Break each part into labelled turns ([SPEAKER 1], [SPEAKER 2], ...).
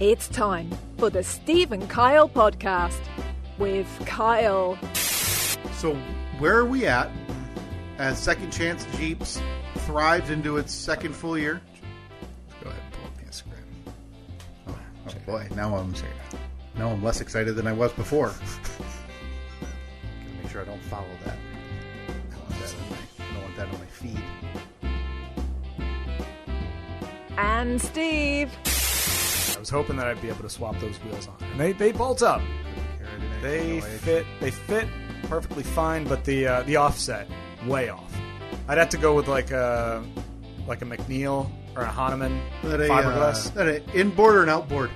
[SPEAKER 1] It's time for the Steve and Kyle podcast with Kyle.
[SPEAKER 2] So where are we at as Second Chance Jeeps thrives into its second full year?
[SPEAKER 3] Go ahead and pull up the Instagram.
[SPEAKER 2] Oh, oh boy, now I'm
[SPEAKER 3] Check it out.
[SPEAKER 2] now I'm less excited than I was before. Gotta make sure I don't follow that. I don't want that on my, I don't want that on my feed.
[SPEAKER 1] And Steve.
[SPEAKER 4] I was hoping that I'd be able to swap those wheels on, and they they bolt up. They fit they fit perfectly fine, but the uh, the offset way off. I'd have to go with like a like a McNeil or a Hahnemann
[SPEAKER 2] That a, uh,
[SPEAKER 4] fiberglass.
[SPEAKER 2] that a inboard or an outboard?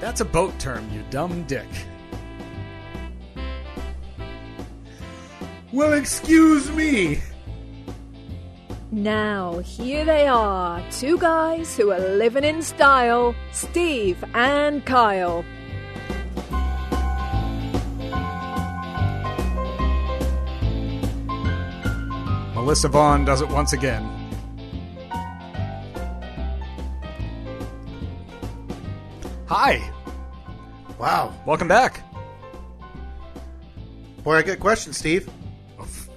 [SPEAKER 4] That's a boat term, you dumb dick.
[SPEAKER 2] Well, excuse me.
[SPEAKER 1] Now, here they are two guys who are living in style Steve and Kyle.
[SPEAKER 4] Melissa Vaughn does it once again. Hi,
[SPEAKER 2] Wow,
[SPEAKER 4] welcome back.
[SPEAKER 2] boy, I got questions, Steve.
[SPEAKER 4] Oof.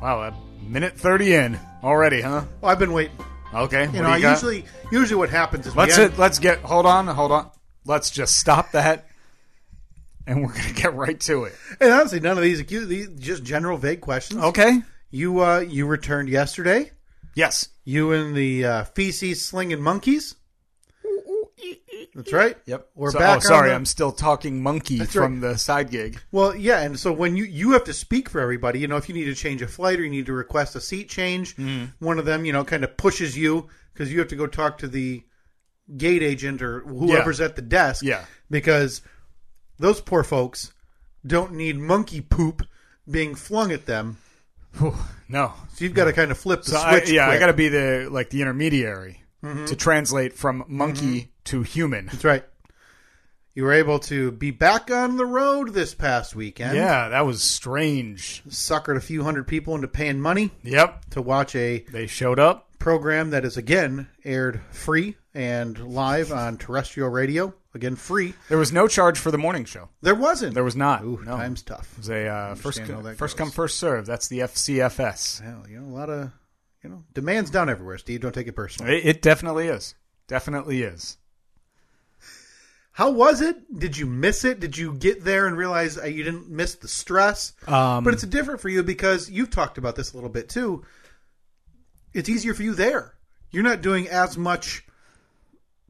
[SPEAKER 4] Wow, a minute thirty in already, huh?
[SPEAKER 2] Oh, I've been waiting.
[SPEAKER 4] Okay,
[SPEAKER 2] You
[SPEAKER 4] what
[SPEAKER 2] know,
[SPEAKER 4] do
[SPEAKER 2] I
[SPEAKER 4] you got?
[SPEAKER 2] usually usually what happens is
[SPEAKER 4] Let's
[SPEAKER 2] we
[SPEAKER 4] hit, let's get hold on, hold on. Let's just stop that, and we're gonna get right to it.
[SPEAKER 2] and honestly none of these accu- these just general vague questions.
[SPEAKER 4] Okay.
[SPEAKER 2] You uh you returned yesterday.
[SPEAKER 4] Yes.
[SPEAKER 2] You and the uh, feces slinging monkeys. That's right.
[SPEAKER 4] Yep.
[SPEAKER 2] We're
[SPEAKER 4] So-
[SPEAKER 2] back.
[SPEAKER 4] Oh, sorry,
[SPEAKER 2] on the-
[SPEAKER 4] I'm still talking monkey
[SPEAKER 2] That's right.
[SPEAKER 4] from the side gig.
[SPEAKER 2] Well, yeah, and so when you you have to speak for everybody, you know, if you need to change a flight or you need to request a seat change,
[SPEAKER 4] Mm-hmm.
[SPEAKER 2] one of them, you know, kind of pushes you because you have to go talk to the gate agent or whoever's at the desk.
[SPEAKER 4] Yeah.
[SPEAKER 2] Because those poor folks don't need monkey poop being flung at them.
[SPEAKER 4] Whew, no.
[SPEAKER 2] So you've got to kind of flip the
[SPEAKER 4] So I,
[SPEAKER 2] switch. Mm-hmm.
[SPEAKER 4] yeah, I
[SPEAKER 2] quick.
[SPEAKER 4] got to be the like the intermediary to translate from monkey
[SPEAKER 2] Mm-hmm.
[SPEAKER 4] to human.
[SPEAKER 2] That's right. You were able to be back on the road this past weekend.
[SPEAKER 4] Yeah, that was strange.
[SPEAKER 2] Suckered a few hundred people into paying money
[SPEAKER 4] Yep.
[SPEAKER 2] to watch a
[SPEAKER 4] They showed up.
[SPEAKER 2] program that is again aired free and live on terrestrial radio. Again, free.
[SPEAKER 4] There was no charge for the morning show.
[SPEAKER 2] There wasn't.
[SPEAKER 4] There was not.
[SPEAKER 2] Ooh,
[SPEAKER 4] no.
[SPEAKER 2] time's
[SPEAKER 4] It
[SPEAKER 2] tough.
[SPEAKER 4] was a uh, first
[SPEAKER 2] how that
[SPEAKER 4] first
[SPEAKER 2] goes.
[SPEAKER 4] come first serve. That's the FCFS.
[SPEAKER 2] Hell, you know, a lot of you know demands down everywhere. Steve, don't take it personally.
[SPEAKER 4] It, it definitely is. Definitely is.
[SPEAKER 2] How was it? Did you miss it? Did you get there and realize uh, you didn't miss the stress?
[SPEAKER 4] Um,
[SPEAKER 2] but it's different for you because you've talked about this a little bit too. It's easier for you there. You're not doing as much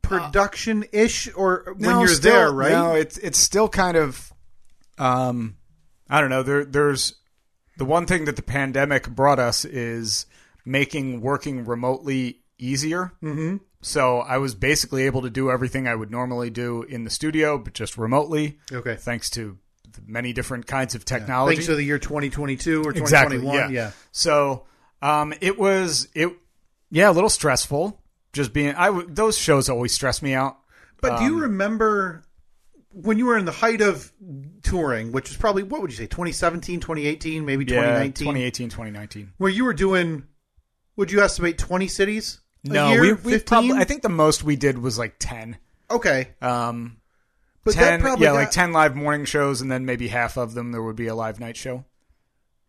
[SPEAKER 2] production ish or when
[SPEAKER 4] Uh, No,
[SPEAKER 2] you're
[SPEAKER 4] still-
[SPEAKER 2] there, right?
[SPEAKER 4] No, it's it's still kind of, um, I don't know. There, there's the one thing that the pandemic brought us is making working remotely easier. Mm-hmm. So I was basically able to do everything I would normally do in the studio, but just remotely,
[SPEAKER 2] okay.
[SPEAKER 4] thanks to the many different kinds of technology.
[SPEAKER 2] Thanks to the year 2022 or 2021.
[SPEAKER 4] exactly. yeah. So um, it was it, yeah, a little stressful. Just being, I w- those shows always stress me out.
[SPEAKER 2] But do you
[SPEAKER 4] Um,
[SPEAKER 2] remember when you were in the height of touring, which is probably what would you say 2017, 2018, maybe
[SPEAKER 4] Yeah,
[SPEAKER 2] 2019,
[SPEAKER 4] 2018, 2019.
[SPEAKER 2] where you were doing would you estimate 20 cities? a
[SPEAKER 4] No,
[SPEAKER 2] year?
[SPEAKER 4] we, we
[SPEAKER 2] 15?
[SPEAKER 4] probably. I think the most we did was like ten.
[SPEAKER 2] okay.
[SPEAKER 4] Um,
[SPEAKER 2] But that
[SPEAKER 4] ten,
[SPEAKER 2] probably
[SPEAKER 4] yeah,
[SPEAKER 2] got-
[SPEAKER 4] like ten live morning shows, and then maybe half of them there would be a live night show.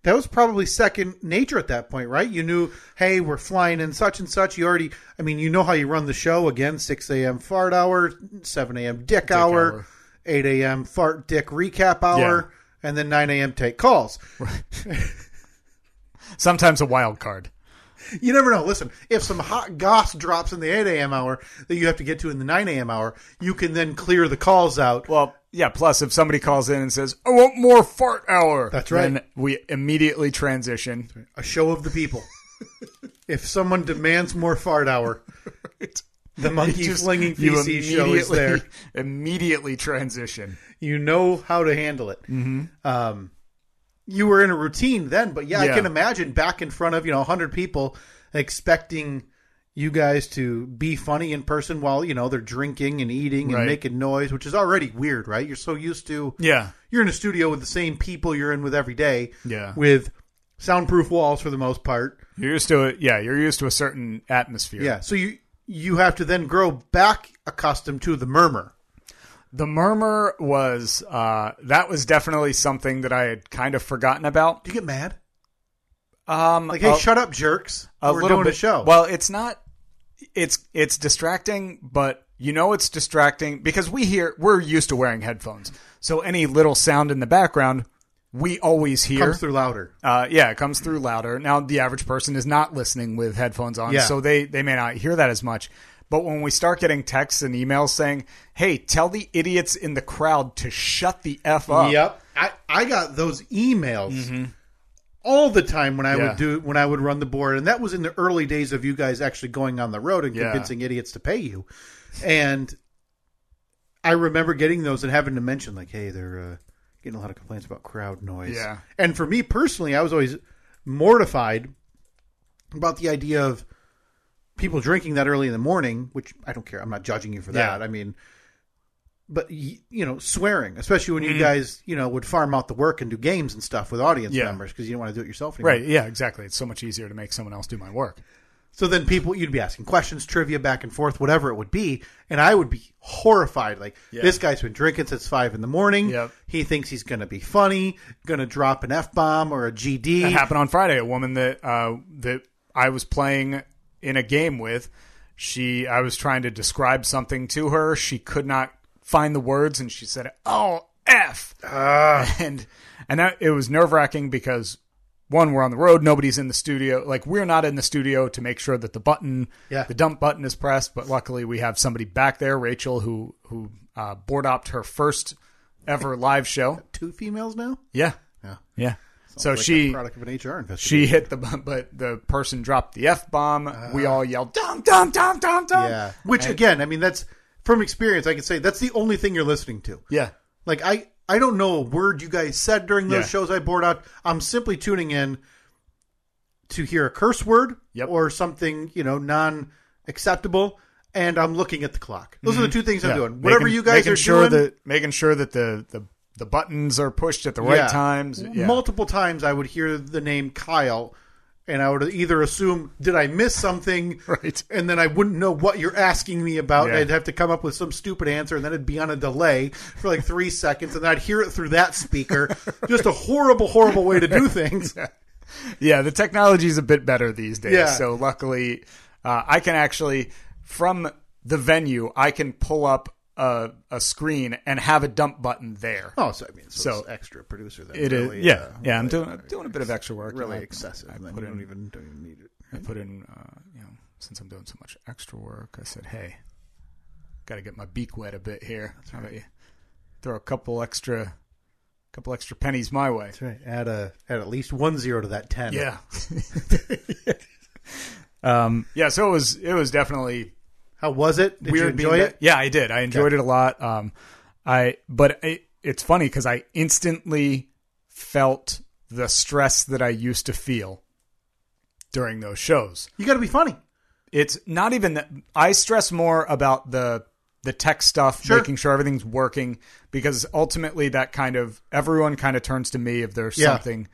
[SPEAKER 2] that was probably second nature at that point, right? You knew, hey, we're flying in such and such. You already, I mean, you know how you run the show again: six a.m. fart hour, seven a.m. dick, hour,
[SPEAKER 4] hour.
[SPEAKER 2] eight a.m. fart dick recap hour, and then nine a.m. take calls.
[SPEAKER 4] Sometimes a wild card.
[SPEAKER 2] You never know. Listen, if some hot goss drops in the eight a.m. hour that you have to get to in the nine a.m. hour, you can then clear the calls out.
[SPEAKER 4] Well, yeah. Plus, if somebody calls in and says, "I want more fart hour,"
[SPEAKER 2] That's right.
[SPEAKER 4] Then we immediately transition.
[SPEAKER 2] A show of the people. if someone demands more fart hour, the monkey
[SPEAKER 4] Just-
[SPEAKER 2] flinging
[SPEAKER 4] you
[SPEAKER 2] feces show is
[SPEAKER 4] immediately-
[SPEAKER 2] there.
[SPEAKER 4] Immediately transition.
[SPEAKER 2] you know how to handle it.
[SPEAKER 4] Mm-hmm.
[SPEAKER 2] Um, you were in a routine then, but yeah, I
[SPEAKER 4] Yeah.
[SPEAKER 2] can imagine back in front of you know hundred people expecting you guys to be funny in person while you know they're drinking and eating and
[SPEAKER 4] Right.
[SPEAKER 2] making noise, which is already weird, right? You're so used to
[SPEAKER 4] Yeah.
[SPEAKER 2] you're in a studio with the same people you're in with every day,
[SPEAKER 4] Yeah.
[SPEAKER 2] with soundproof walls for the most part,
[SPEAKER 4] You're used to it. Yeah, you're used to a certain atmosphere.
[SPEAKER 2] yeah. So you you have to then grow back accustomed to the murmur.
[SPEAKER 4] The murmur was uh, that was definitely something that I had kind of forgotten about.
[SPEAKER 2] Do you get mad?
[SPEAKER 4] Um,
[SPEAKER 2] Like, hey,
[SPEAKER 4] a-
[SPEAKER 2] shut up, jerks.
[SPEAKER 4] a
[SPEAKER 2] We're
[SPEAKER 4] little
[SPEAKER 2] doing
[SPEAKER 4] bit.
[SPEAKER 2] a show.
[SPEAKER 4] Well, it's not. It's it's distracting, but you know it's distracting because we hear we're used to wearing headphones, so any little sound in the background we always hear.
[SPEAKER 2] comes through louder.
[SPEAKER 4] Uh, yeah, it comes through louder. Now the average person is not listening with headphones on,
[SPEAKER 2] Yeah.
[SPEAKER 4] so they they may not hear that as much. But when we start getting texts and emails saying, "Hey, tell the idiots in the crowd to shut the f up,"
[SPEAKER 2] Yep. I, I got those emails all the time when I
[SPEAKER 4] Mm-hmm. Yeah.
[SPEAKER 2] would do when I would run the board, and that was in the early days of you guys actually going on the road and
[SPEAKER 4] Yeah.
[SPEAKER 2] convincing idiots to pay you. And I remember getting those and having to mention like, hey, they're uh, getting a lot of complaints about crowd noise.
[SPEAKER 4] Yeah.
[SPEAKER 2] And for me personally, I was always mortified about the idea of people drinking that early in the morning, which I don't care. I'm not judging you for
[SPEAKER 4] Yeah.
[SPEAKER 2] that. I mean, but y- you know, swearing, especially when you guys, you know, would farm out the work and do games and stuff with audience
[SPEAKER 4] Yeah.
[SPEAKER 2] members because you don't want to do it yourself anymore.
[SPEAKER 4] right? Yeah, exactly. It's so much easier to make someone else do my work.
[SPEAKER 2] So then people, you'd be asking questions, trivia back and forth, whatever it would be, and I would be horrified. Like this guy's been drinking since five in the morning.
[SPEAKER 4] Yep.
[SPEAKER 2] He thinks he's going to be funny, going to drop an f bomb or a GD.
[SPEAKER 4] It happened on Friday. A woman that uh, that I was playing in a game with, she I was trying to describe something to her. She could not find the words, and she said, "Oh f,"
[SPEAKER 2] Ah.
[SPEAKER 4] and and that, it was nerve wracking because one, we're on the road, nobody's in the studio. Like we're not in the studio to make sure that the button,
[SPEAKER 2] Yeah.
[SPEAKER 4] the dump button is pressed. But luckily, we have somebody back there, Rachel, who who uh, board opped her first ever live show.
[SPEAKER 2] Two females now.
[SPEAKER 4] Yeah,
[SPEAKER 2] Yeah.
[SPEAKER 4] yeah. so
[SPEAKER 2] Like a
[SPEAKER 4] she
[SPEAKER 2] product of an HR investigation.
[SPEAKER 4] she hit the bu- but the person dropped the f bomb. we all yelled dum dum dum dum dum.
[SPEAKER 2] Uh-huh. Yeah. Which again, I mean, that's from experience. I can say that's the only thing you're listening to.
[SPEAKER 4] yeah,
[SPEAKER 2] Like I, I don't know a word you guys said during those
[SPEAKER 4] Yeah.
[SPEAKER 2] shows. I bored out. I'm simply tuning in to hear a curse word
[SPEAKER 4] Yep.
[SPEAKER 2] or something you know non acceptable, and I'm looking at the clock. Those are the two things
[SPEAKER 4] Mm-hmm. Yeah.
[SPEAKER 2] I'm doing. Whatever
[SPEAKER 4] Making-
[SPEAKER 2] you guys
[SPEAKER 4] making
[SPEAKER 2] are
[SPEAKER 4] sure
[SPEAKER 2] doing,
[SPEAKER 4] that making sure that the the the buttons are pushed at the right
[SPEAKER 2] Yeah.
[SPEAKER 4] times. Yeah.
[SPEAKER 2] Multiple times I would hear the name Kyle, and I would either assume did I miss something,
[SPEAKER 4] Right.
[SPEAKER 2] and then I wouldn't know what you're asking me about.
[SPEAKER 4] Yeah.
[SPEAKER 2] I'd have to come up with some stupid answer, and then it'd be on a delay for like three seconds, and I'd hear it through that speaker. Just a horrible, horrible way to do things.
[SPEAKER 4] yeah, the technology is a bit better these days.
[SPEAKER 2] Yeah.
[SPEAKER 4] So luckily, uh, I can actually from the venue I can pull up a a screen and have a dump button there.
[SPEAKER 2] Oh, so I mean, so,
[SPEAKER 4] So-
[SPEAKER 2] it's extra producer. Then
[SPEAKER 4] It is
[SPEAKER 2] really,
[SPEAKER 4] yeah
[SPEAKER 2] uh,
[SPEAKER 4] yeah. I'm doing I'm doing a bit of extra work.
[SPEAKER 2] really
[SPEAKER 4] I-
[SPEAKER 2] excessive.
[SPEAKER 4] I
[SPEAKER 2] then
[SPEAKER 4] put
[SPEAKER 2] you
[SPEAKER 4] in
[SPEAKER 2] don't even don't even need it.
[SPEAKER 4] I put in, uh, you know, since I'm doing so much extra work, I said, hey, got to get my beak wet a bit here. How about you throw a couple extra, couple extra pennies my way?
[SPEAKER 2] That's right. Add a add at least one zero to that ten.
[SPEAKER 4] Yeah. um, yeah. So it was, it was definitely
[SPEAKER 2] How was it? Did
[SPEAKER 4] weird.
[SPEAKER 2] you enjoy
[SPEAKER 4] being
[SPEAKER 2] it?
[SPEAKER 4] back- Yeah, I did. I enjoyed it a lot. Um, I, but it, it's funny because I instantly felt the stress that I used to feel during those shows.
[SPEAKER 2] You got to be funny.
[SPEAKER 4] it's not even that i stress more about the the tech stuff
[SPEAKER 2] Sure.
[SPEAKER 4] making sure everything's working because ultimately that kind of everyone kind of turns to me if there's
[SPEAKER 2] Yeah.
[SPEAKER 4] something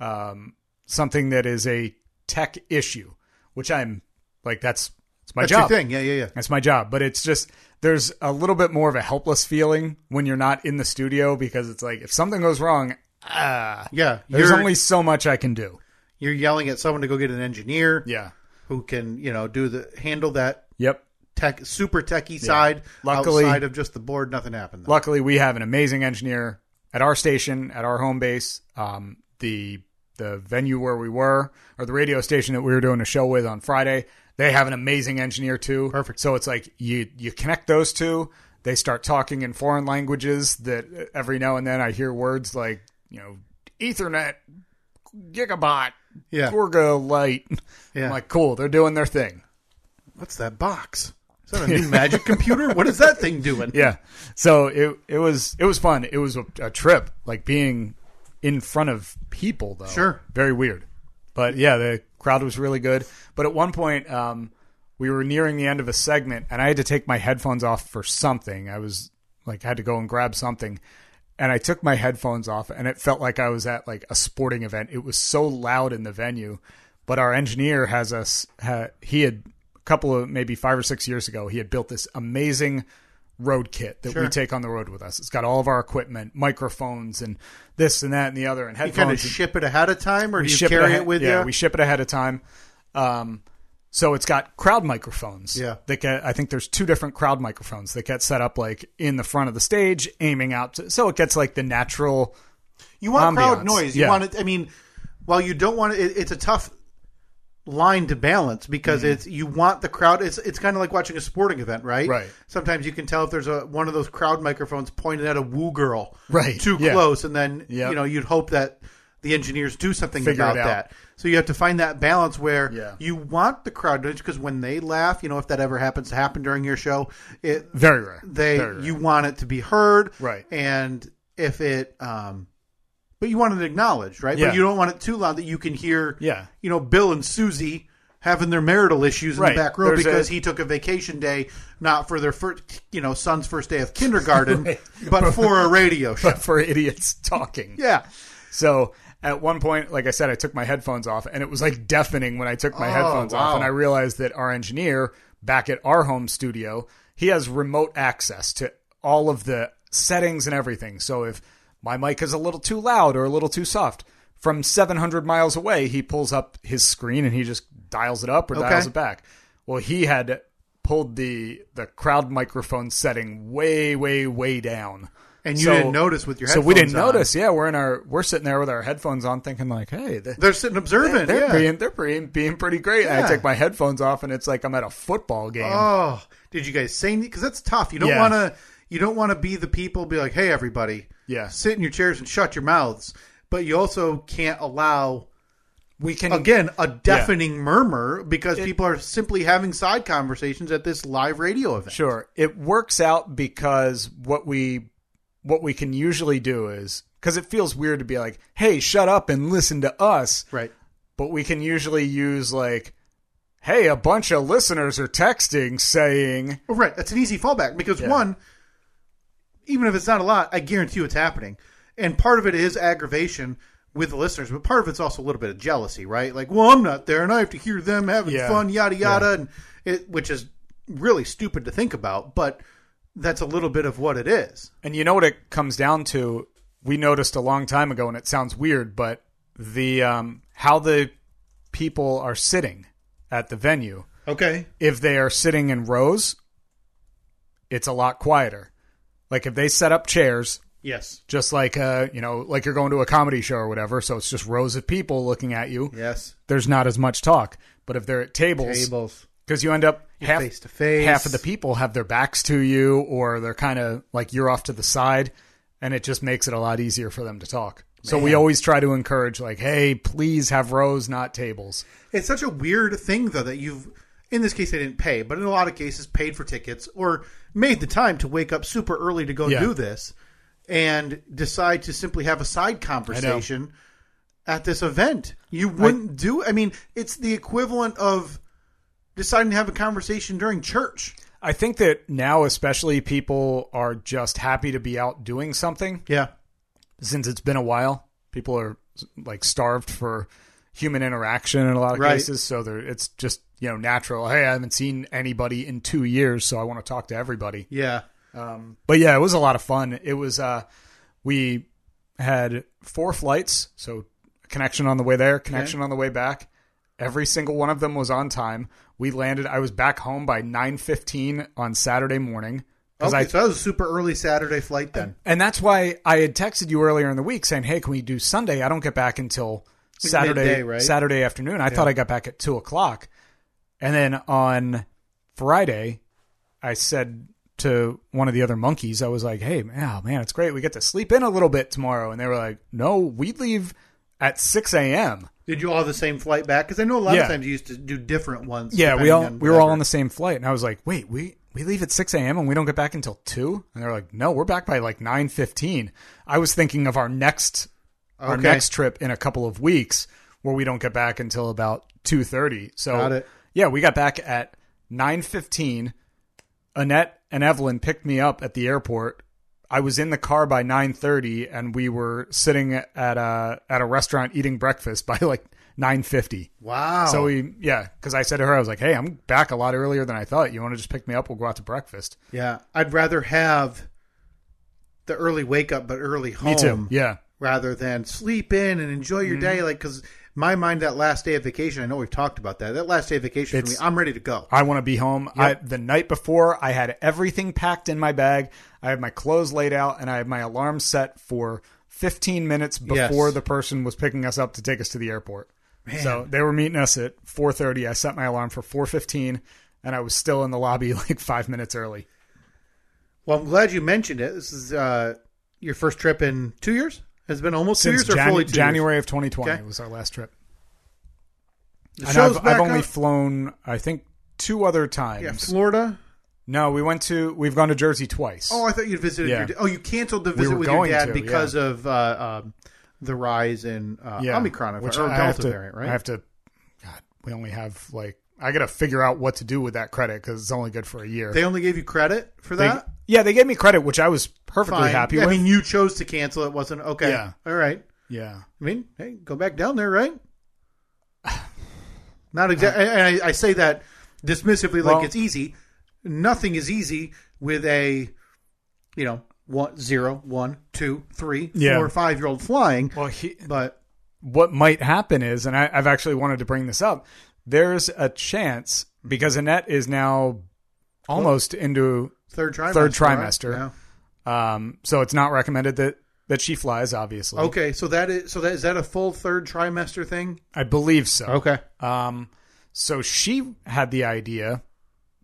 [SPEAKER 4] um something that is a tech issue which i'm like that's it's my
[SPEAKER 2] That's
[SPEAKER 4] job
[SPEAKER 2] your thing. Yeah, yeah, yeah.
[SPEAKER 4] that's my job but it's just there's a little bit more of a helpless feeling when you're not in the studio because it's like if something goes wrong ah
[SPEAKER 2] Yeah,
[SPEAKER 4] there's
[SPEAKER 2] you're-
[SPEAKER 4] only so much i can do
[SPEAKER 2] you're yelling at someone to go get an engineer
[SPEAKER 4] yeah
[SPEAKER 2] who can you know do the handle that
[SPEAKER 4] yep
[SPEAKER 2] tech super techie side
[SPEAKER 4] Luckily-
[SPEAKER 2] outside of just the board nothing happened though.
[SPEAKER 4] luckily we have an amazing engineer at our station at our home base um, the the venue where we were or the radio station that we were doing a show with on friday they have an amazing engineer too
[SPEAKER 2] Perfect.
[SPEAKER 4] so it's like you you connect those two they start talking in foreign languages that uh, every now and then i hear words like you know ethernet gigabot
[SPEAKER 2] yeah
[SPEAKER 4] gorgo light
[SPEAKER 2] Yeah.
[SPEAKER 4] i'm like cool they're doing their thing
[SPEAKER 2] what's that box is that a new magic computer what is that thing doing
[SPEAKER 4] yeah so it it was it was fun it was a, a trip like being in front of people though
[SPEAKER 2] Sure.
[SPEAKER 4] very weird but yeah the crowd was really good but at one point um we were nearing the end of a segment and i had to take my headphones off for something i was like I had to go and grab something and i took my headphones off and it felt like i was at like a sporting event it was so loud in the venue but our engineer has us ha, he had a couple of maybe five or six years ago he had built this amazing road kit that we
[SPEAKER 2] Sure.
[SPEAKER 4] take on the road with us. It's got all of our equipment, microphones, and this and that and the other, and
[SPEAKER 2] You kind of
[SPEAKER 4] headphones. and-
[SPEAKER 2] ship it ahead of time, or do
[SPEAKER 4] we
[SPEAKER 2] you
[SPEAKER 4] ship
[SPEAKER 2] carry
[SPEAKER 4] ahead-
[SPEAKER 2] it with
[SPEAKER 4] yeah,
[SPEAKER 2] you?
[SPEAKER 4] we ship it ahead of time. Um, so it's got crowd microphones.
[SPEAKER 2] Yeah.
[SPEAKER 4] that get, I think there's two different crowd microphones that get set up like in the front of the stage, aiming out. To, so it gets like the natural.
[SPEAKER 2] You want
[SPEAKER 4] Ambiance.
[SPEAKER 2] crowd noise. You
[SPEAKER 4] Yeah.
[SPEAKER 2] want it. I mean, while you don't want it, it's a tough line to balance because
[SPEAKER 4] Mm-hmm.
[SPEAKER 2] it's you want the crowd. It's it's kind of like watching a sporting event, right?
[SPEAKER 4] Right.
[SPEAKER 2] Sometimes you can tell if there's a one of those crowd microphones pointed at a woo girl,
[SPEAKER 4] Right,
[SPEAKER 2] Too
[SPEAKER 4] yeah.
[SPEAKER 2] close, and then
[SPEAKER 4] Yep.
[SPEAKER 2] you know you'd hope that the engineers do something
[SPEAKER 4] Figure it
[SPEAKER 2] about
[SPEAKER 4] out.
[SPEAKER 2] that. So you have to find that balance where
[SPEAKER 4] Yeah.
[SPEAKER 2] you want the crowd noise because when they laugh, you know if that ever happens to happen during your show, it
[SPEAKER 4] Very rare.
[SPEAKER 2] they
[SPEAKER 4] Very rare.
[SPEAKER 2] you want it to be heard
[SPEAKER 4] Right.
[SPEAKER 2] and if it um but you want it acknowledged right
[SPEAKER 4] Yeah.
[SPEAKER 2] but you don't want it too loud that you can hear
[SPEAKER 4] Yeah.
[SPEAKER 2] you know bill and susie having their marital issues in
[SPEAKER 4] Right.
[SPEAKER 2] the back row
[SPEAKER 4] There's a-
[SPEAKER 2] because he took a vacation day not for their first you know son's first day of kindergarten but for a radio show
[SPEAKER 4] but for idiots talking.
[SPEAKER 2] yeah
[SPEAKER 4] So at one point, like I said, I took my headphones off, and it was like deafening when I took my headphones off,
[SPEAKER 2] Oh, wow.
[SPEAKER 4] and I realized that our engineer back at our home studio, he has remote access to all of the settings and everything. So if my mic is a little too loud or a little too soft, from 700 miles away, he pulls up his screen and he just dials it up or dials
[SPEAKER 2] Okay.
[SPEAKER 4] it back. Well, he had pulled the the crowd microphone setting way way way down
[SPEAKER 2] And you didn't notice with your
[SPEAKER 4] so we didn't
[SPEAKER 2] headphones on.
[SPEAKER 4] notice yeah we're in our we're sitting there with our headphones on thinking like hey th-
[SPEAKER 2] they're sitting observant
[SPEAKER 4] they're
[SPEAKER 2] yeah
[SPEAKER 4] being they're being, being pretty great and i
[SPEAKER 2] Yeah.
[SPEAKER 4] take my headphones off and it's like i'm at a football game
[SPEAKER 2] oh did you guys say because that's tough you don't
[SPEAKER 4] Yeah.
[SPEAKER 2] want to you don't want to be the people be like hey everybody
[SPEAKER 4] Yeah.
[SPEAKER 2] uh, sit in your chairs and shut your mouths but you also can't allow
[SPEAKER 4] we can
[SPEAKER 2] again a deafening murmur because people are simply having side conversations at this live radio event
[SPEAKER 4] Sure. It works out because what we what we can usually do is cuz it feels weird to be like, "Hey, shut up and listen to us."
[SPEAKER 2] right
[SPEAKER 4] But we can usually use like, "Hey, a bunch of listeners are texting saying
[SPEAKER 2] Well, Oh, right that's an easy fallback because
[SPEAKER 4] Yeah.
[SPEAKER 2] one even if it's not a lot i guarantee you it's happening and part of it is aggravation with the listeners but part of it's also a little bit of jealousy right like well i'm not there and i have to hear them having
[SPEAKER 4] Yeah.
[SPEAKER 2] fun yada
[SPEAKER 4] Yeah.
[SPEAKER 2] yada and it which is really stupid to think about but that's a little bit of what it is
[SPEAKER 4] And you know what it comes down to? We noticed a long time ago, and it sounds weird, but the um, how the people are sitting at the venue.
[SPEAKER 2] okay
[SPEAKER 4] If they are sitting in rows, it's a lot quieter. Like if they set up chairs,
[SPEAKER 2] yes
[SPEAKER 4] just like uh, you know, like you're going to a comedy show or whatever, so it's just rows of people looking at you.
[SPEAKER 2] yes
[SPEAKER 4] There's not as much talk. But if they're at tables,
[SPEAKER 2] tables
[SPEAKER 4] because you end up half,
[SPEAKER 2] face to face.
[SPEAKER 4] Half of the people have their backs to you, or they're kind of like you're off to the side, and it just makes it a lot easier for them to talk. So we always try to encourage, like, hey, please have rows, not tables.
[SPEAKER 2] It's such a weird thing, though, that you've, in this case, they didn't pay, but in a lot of cases, paid for tickets or made the time to wake up super early to go
[SPEAKER 4] Yeah.
[SPEAKER 2] do this and decide to simply have a side conversation at this event. You wouldn't do I mean, it's the equivalent of deciding to have a conversation during church.
[SPEAKER 4] I think that now, especially, people are just happy to be out doing something
[SPEAKER 2] Yeah.
[SPEAKER 4] since it's been a while. People are like starved for human interaction in a lot of
[SPEAKER 2] Right.
[SPEAKER 4] cases, so they're, it's just you know natural. Hey, I haven't seen anybody in two years, so I want to talk to everybody.
[SPEAKER 2] Yeah.
[SPEAKER 4] but yeah, it was a lot of fun. It was uh we had four flights, so connection on the way there, connection on the way back. Every single one of them was on time. We landed I was back home by 9:15 on Saturday morning cuz
[SPEAKER 2] Okay,
[SPEAKER 4] I
[SPEAKER 2] so that was a super early Saturday flight then.
[SPEAKER 4] and that's why I had texted you earlier in the week saying, "Hey, can we do Sunday? I don't get back until Saturday
[SPEAKER 2] midday, right?
[SPEAKER 4] Saturday afternoon." I thought I got back at two o'clock, and then on Friday, I said to one of the other monkeys, "I was like, hey, man, oh, man, it's great. We get to sleep in a little bit tomorrow." And they were like, "No, we leave at six a.m."
[SPEAKER 2] Did you all have the same flight back? Because I know a lot
[SPEAKER 4] Yeah.
[SPEAKER 2] of times you used to do different ones.
[SPEAKER 4] Yeah, we
[SPEAKER 2] depending
[SPEAKER 4] all
[SPEAKER 2] on
[SPEAKER 4] we were all
[SPEAKER 2] whatever.
[SPEAKER 4] on the same flight, and I was like, "Wait, we we leave at six a.m. and we don't get back until 2? And they're like, "No, we're back by like nine fifteen. I was thinking of our next our
[SPEAKER 2] Okay.
[SPEAKER 4] next trip in a couple of weeks, where we don't get back until about two thirty. So
[SPEAKER 2] Got it.
[SPEAKER 4] yeah, we got back at nine fifteen. Annette and Evelyn picked me up at the airport. I was in the car by nine thirty, and we were sitting at a at a restaurant eating breakfast by like 950.
[SPEAKER 2] Wow.
[SPEAKER 4] So we, yeah, because I said to her, I was like, hey, I'm back a lot earlier than I thought. You want to just pick me up? We'll go out to breakfast.
[SPEAKER 2] yeah, I'd rather have the early wake up but early home.
[SPEAKER 4] Me too. Um, Yeah. Mm-hmm.
[SPEAKER 2] rather than sleep in and enjoy your day. Like, because my mind, that last day of vacation, I know we've talked about that. That last day of vacation
[SPEAKER 4] It's-
[SPEAKER 2] for me, I'm ready to go.
[SPEAKER 4] I want to be home. I, the night before, I had everything packed in my bag. I had my clothes laid out, and I had my alarm set for 15 minutes
[SPEAKER 2] Yes.
[SPEAKER 4] before the person was picking us up to take us to the airport. So they were meeting us at 4:30. I set my alarm for 4:15, and I was still in the lobby like five minutes early.
[SPEAKER 2] Well, I'm glad you mentioned it. This is uh, your first trip in two years. Has it been almost
[SPEAKER 4] Since
[SPEAKER 2] two years
[SPEAKER 4] Jan-
[SPEAKER 2] or fully two
[SPEAKER 4] January of 2020
[SPEAKER 2] Okay.
[SPEAKER 4] was our last trip.
[SPEAKER 2] Years? The
[SPEAKER 4] And
[SPEAKER 2] show's
[SPEAKER 4] I've,
[SPEAKER 2] back
[SPEAKER 4] I've only
[SPEAKER 2] up.
[SPEAKER 4] flown, I think, two other times.
[SPEAKER 2] yeah, Florida.
[SPEAKER 4] No, we went to we've gone to Jersey twice.
[SPEAKER 2] Oh, I thought you visited.
[SPEAKER 4] Yeah.
[SPEAKER 2] Your, da- oh, you canceled the visit
[SPEAKER 4] were
[SPEAKER 2] with your
[SPEAKER 4] going
[SPEAKER 2] dad
[SPEAKER 4] to,
[SPEAKER 2] because of uh, um, the rise in uh, Omicron, if I-
[SPEAKER 4] which
[SPEAKER 2] or
[SPEAKER 4] I
[SPEAKER 2] Delta
[SPEAKER 4] have to,
[SPEAKER 2] variant, right?
[SPEAKER 4] I have to. God, we only have like I got to figure out what to do with that credit because it's only good for a year.
[SPEAKER 2] they only gave you credit for
[SPEAKER 4] They-
[SPEAKER 2] that.
[SPEAKER 4] yeah, they gave me credit, which I was perfectly
[SPEAKER 2] Fine.
[SPEAKER 4] happy
[SPEAKER 2] I
[SPEAKER 4] with.
[SPEAKER 2] mean, you chose to cancel. It wasn't okay.
[SPEAKER 4] Yeah.
[SPEAKER 2] All right.
[SPEAKER 4] yeah,
[SPEAKER 2] I mean, hey, go back down there, right? Not exactly. And I, I say that dismissively, like
[SPEAKER 4] Well-
[SPEAKER 2] it's easy. Nothing is easy with a, you know, one, zero, one, two, three,
[SPEAKER 4] Yeah.
[SPEAKER 2] four, five year old flying.
[SPEAKER 4] well, he,
[SPEAKER 2] But
[SPEAKER 4] what might happen is, and I, I've actually wanted to bring this up. There's a chance because Annette is now almost into
[SPEAKER 2] third trimester.
[SPEAKER 4] Third
[SPEAKER 2] right?
[SPEAKER 4] trimester.
[SPEAKER 2] Yeah.
[SPEAKER 4] um, so it's not recommended that that she flies. Obviously,
[SPEAKER 2] Okay, so that is so that is that a full third trimester thing?
[SPEAKER 4] I believe so.
[SPEAKER 2] Okay.
[SPEAKER 4] Um, so she had the idea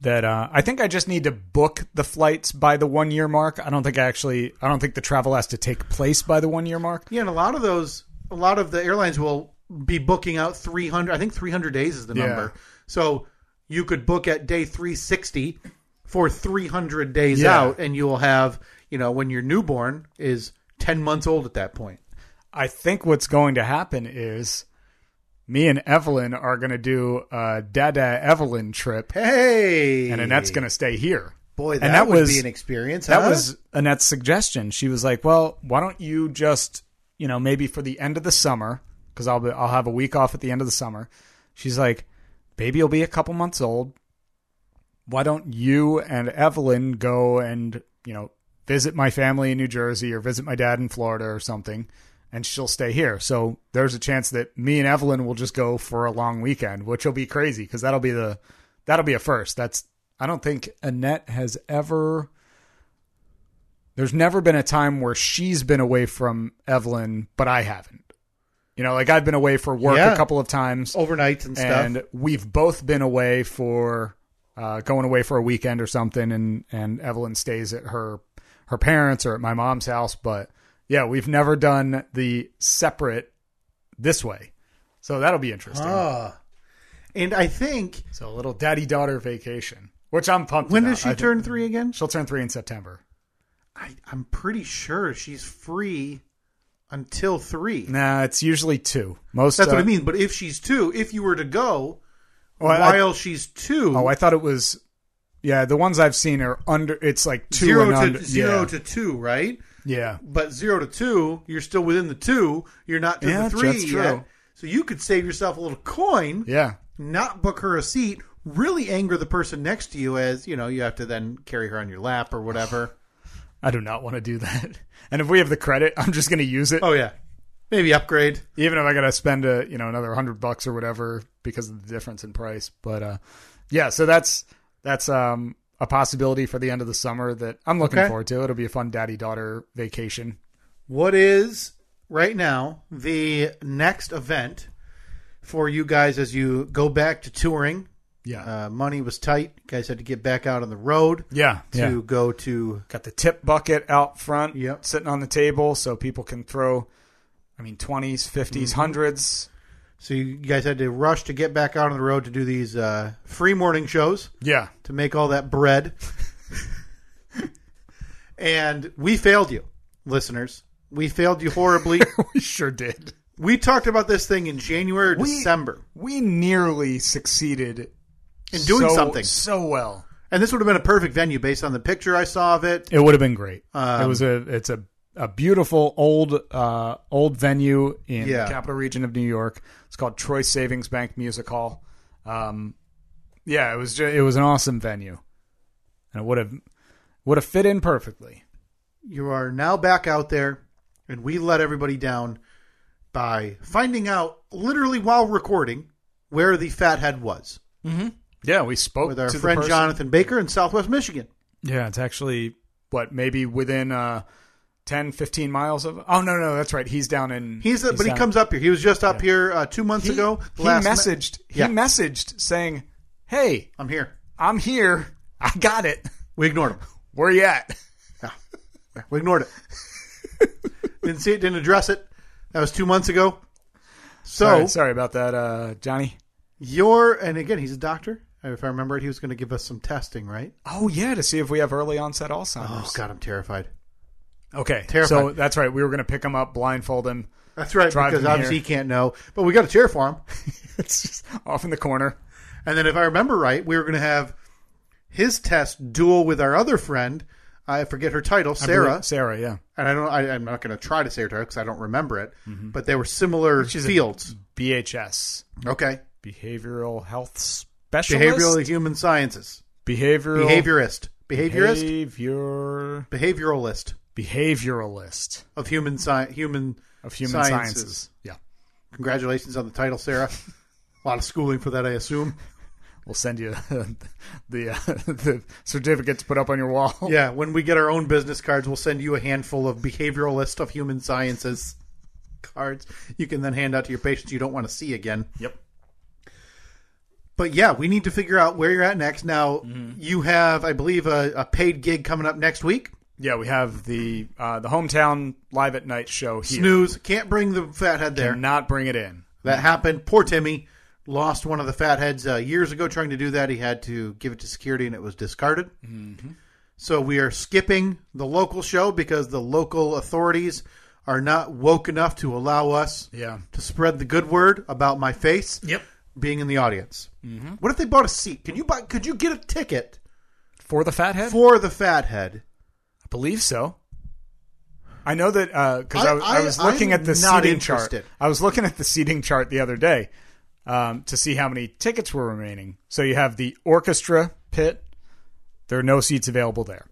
[SPEAKER 4] that uh, I think I just need to book the flights by the one year mark. I don't think I actually, I don't think the travel has to take place by the one year mark.
[SPEAKER 2] Yeah, and a lot of those, a lot of the airlines will be booking out 300. I think 300 days is the
[SPEAKER 4] Yeah.
[SPEAKER 2] number. So you could book at day 360 for 300 days
[SPEAKER 4] Yeah.
[SPEAKER 2] out, and you will have, you know, when your newborn is 10 months old at that point.
[SPEAKER 4] I think what's going to happen is me and Evelyn are going to do a Dada Evelyn trip,
[SPEAKER 2] Hey,
[SPEAKER 4] and Annette's going to stay here.
[SPEAKER 2] boy, that,
[SPEAKER 4] and that
[SPEAKER 2] would
[SPEAKER 4] was-
[SPEAKER 2] be an experience.
[SPEAKER 4] That
[SPEAKER 2] huh?
[SPEAKER 4] was Annette's suggestion. She was like, "Well, why don't you just, you know, maybe for the end of the summer, because I'll be, I'll have a week off at the end of the summer." She's like, "Baby will be a couple months old. Why don't you and Evelyn go and you know visit my family in New Jersey or visit my dad in Florida or something?" And she'll stay here. So there's a chance that me and Evelyn will just go for a long weekend, which will be crazy because that'll be the that'll be a first. That's I don't think Annette has ever there's never been a time where she's been away from Evelyn, but I haven't. You know, like I've been away for work
[SPEAKER 2] Yeah.
[SPEAKER 4] a couple of times,
[SPEAKER 2] overnights and stuff.
[SPEAKER 4] and we've both been away for uh, going away for a weekend or something, and and Evelyn stays at her her parents or at my mom's house. But yeah, we've never done the separate this way, so that'll be interesting.
[SPEAKER 2] Ah. and I think
[SPEAKER 4] So a little daddy daughter vacation, which I'm pumped.
[SPEAKER 2] when
[SPEAKER 4] about.
[SPEAKER 2] does she
[SPEAKER 4] I think-
[SPEAKER 2] turn three again?
[SPEAKER 4] She'll turn three in September.
[SPEAKER 2] I, I'm pretty sure she's free until three.
[SPEAKER 4] Nah, it's usually two. Most
[SPEAKER 2] That's
[SPEAKER 4] uh,
[SPEAKER 2] what I mean. But if she's two, if you were to go
[SPEAKER 4] Well, Oh, I-
[SPEAKER 2] while she's two,
[SPEAKER 4] Oh, I thought it was. Yeah, the ones I've seen are under. It's like two
[SPEAKER 2] zero
[SPEAKER 4] and
[SPEAKER 2] to
[SPEAKER 4] under.
[SPEAKER 2] zero
[SPEAKER 4] yeah,
[SPEAKER 2] to two, right?
[SPEAKER 4] yeah.
[SPEAKER 2] But zero to two, you're still within the two. You're not to
[SPEAKER 4] Yeah,
[SPEAKER 2] the three yet.
[SPEAKER 4] that's true.
[SPEAKER 2] So you could save yourself a little coin,
[SPEAKER 4] yeah.
[SPEAKER 2] not book her a seat, really anger the person next to you as you know you have to then carry her on your lap or whatever.
[SPEAKER 4] I do not want to do that. And if we have the credit, I'm just going to use it,
[SPEAKER 2] oh yeah, maybe upgrade.
[SPEAKER 4] even if I got to spend a you know another hundred bucks or whatever because of the difference in price. But uh, yeah, so that's that's um a possibility for the end of the summer that I'm looking
[SPEAKER 2] Okay.
[SPEAKER 4] forward to. It'll be a fun daddy daughter vacation.
[SPEAKER 2] What is right now the next event for you guys as you go back to touring?
[SPEAKER 4] Yeah,
[SPEAKER 2] Uh, money was tight. You guys had to get back out on the road
[SPEAKER 4] yeah,
[SPEAKER 2] to
[SPEAKER 4] yeah.
[SPEAKER 2] go to.
[SPEAKER 4] Got the tip bucket out front,
[SPEAKER 2] Yep.
[SPEAKER 4] sitting on the table, so people can throw. I mean, twenties, fifties,
[SPEAKER 2] Mm-hmm.
[SPEAKER 4] hundreds.
[SPEAKER 2] So you guys had to rush to get back out on the road to do these uh, free morning shows
[SPEAKER 4] Yeah.
[SPEAKER 2] to make all that bread. and we failed you, listeners. We failed you horribly.
[SPEAKER 4] We sure did.
[SPEAKER 2] we talked about this thing in January or
[SPEAKER 4] We-
[SPEAKER 2] December
[SPEAKER 4] We nearly succeeded
[SPEAKER 2] in doing
[SPEAKER 4] so-
[SPEAKER 2] something.
[SPEAKER 4] so well.
[SPEAKER 2] And this would have been a perfect venue based on the picture I saw of it.
[SPEAKER 4] It would have been great.
[SPEAKER 2] Um,
[SPEAKER 4] it was a it's a a beautiful old uh, old venue in
[SPEAKER 2] Yeah.
[SPEAKER 4] the capital region of New York. It's called Troy Savings Bank Music Hall. Um, yeah, it was ju- it was an awesome venue, and it would have would have fit in perfectly.
[SPEAKER 2] you are now back out there, and we let everybody down by finding out literally while recording where the fathead was
[SPEAKER 4] Yeah, we spoke
[SPEAKER 2] with our
[SPEAKER 4] to the
[SPEAKER 2] friend
[SPEAKER 4] person-
[SPEAKER 2] Jonathan Baker in Southwest Michigan.
[SPEAKER 4] Yeah, it's actually what maybe within uh 10 15 miles of Oh no, no, that's right. He's down in
[SPEAKER 2] He's, but he
[SPEAKER 4] down-
[SPEAKER 2] comes up here. He was just up here uh, two months
[SPEAKER 4] he,
[SPEAKER 2] ago.
[SPEAKER 4] He
[SPEAKER 2] Last me-
[SPEAKER 4] messaged
[SPEAKER 2] Yeah.
[SPEAKER 4] he messaged saying, "Hey,
[SPEAKER 2] I'm here.
[SPEAKER 4] I'm here. I got it.
[SPEAKER 2] We ignored him.
[SPEAKER 4] Where you at?"
[SPEAKER 2] Yeah, We ignored it. didn't see it. Didn't address it. That was two months ago. So
[SPEAKER 4] All right, sorry about that, uh, Johnny.
[SPEAKER 2] you're, and again, he's a doctor. If I remember it, he was going to give us some testing, right?
[SPEAKER 4] Oh yeah, to see if we have early onset Alzheimer's.
[SPEAKER 2] Oh God, I'm terrified.
[SPEAKER 4] okay,
[SPEAKER 2] Terrifying.
[SPEAKER 4] so that's right. We were going to pick him up, blindfold him.
[SPEAKER 2] That's right,
[SPEAKER 4] Drive
[SPEAKER 2] because
[SPEAKER 4] him
[SPEAKER 2] obviously
[SPEAKER 4] here.
[SPEAKER 2] he can't know. But we got to cheer for him.
[SPEAKER 4] it's just off in the corner.
[SPEAKER 2] And then, if I remember right, we were going to have his test duel with our other friend. I forget her title,
[SPEAKER 4] I believe-
[SPEAKER 2] Sarah.
[SPEAKER 4] Sarah, yeah.
[SPEAKER 2] and I don't. I, I'm not going to try to say her title because I don't remember it. But they were similar
[SPEAKER 4] is Mm-hmm. a-
[SPEAKER 2] fields.
[SPEAKER 4] BHS,
[SPEAKER 2] okay,
[SPEAKER 4] behavioral health specialist.
[SPEAKER 2] behavioral human sciences,
[SPEAKER 4] behavioral
[SPEAKER 2] behaviorist, behaviorist,
[SPEAKER 4] behavior
[SPEAKER 2] behavioralist
[SPEAKER 4] behavioralist
[SPEAKER 2] of human sci- human
[SPEAKER 4] of human
[SPEAKER 2] Sciences.
[SPEAKER 4] sciences. Yeah,
[SPEAKER 2] Congratulations on the title, Sarah. A lot of schooling for that, I assume.
[SPEAKER 4] we'll send you the uh, the certificates put up on your wall.
[SPEAKER 2] Yeah, when we get our own business cards, we'll send you a handful of behavioralist of human sciences cards. You can then hand out to your patients you don't want to see again.
[SPEAKER 4] Yep.
[SPEAKER 2] But yeah, we need to figure out where you're at next. Now, you have, I believe, a, a paid gig coming up next week.
[SPEAKER 4] Yeah, we have the uh, the hometown live at night show here.
[SPEAKER 2] Snooze. Can't bring the fathead there.
[SPEAKER 4] Not bring it in.
[SPEAKER 2] That happened. Poor Timmy lost one of the fatheads uh, years ago trying to do that. He had to give it to security and it was discarded. Mm-hmm. So we are skipping the local show because the local authorities are not woke enough to allow us
[SPEAKER 4] Yeah.
[SPEAKER 2] to spread the good word about my face
[SPEAKER 4] Yep.
[SPEAKER 2] being in the audience. Mm-hmm. What if they bought a seat? Could you buy? Could you get a ticket
[SPEAKER 4] For the fathead?
[SPEAKER 2] for the fathead?
[SPEAKER 4] I believe so. I know that because
[SPEAKER 2] I-
[SPEAKER 4] I, was- I
[SPEAKER 2] I-
[SPEAKER 4] was looking
[SPEAKER 2] I'm
[SPEAKER 4] at the
[SPEAKER 2] not
[SPEAKER 4] seating
[SPEAKER 2] interested.
[SPEAKER 4] chart. I was looking at the seating chart the other day um, to see how many tickets were remaining. So you have the orchestra pit. There are no seats available there.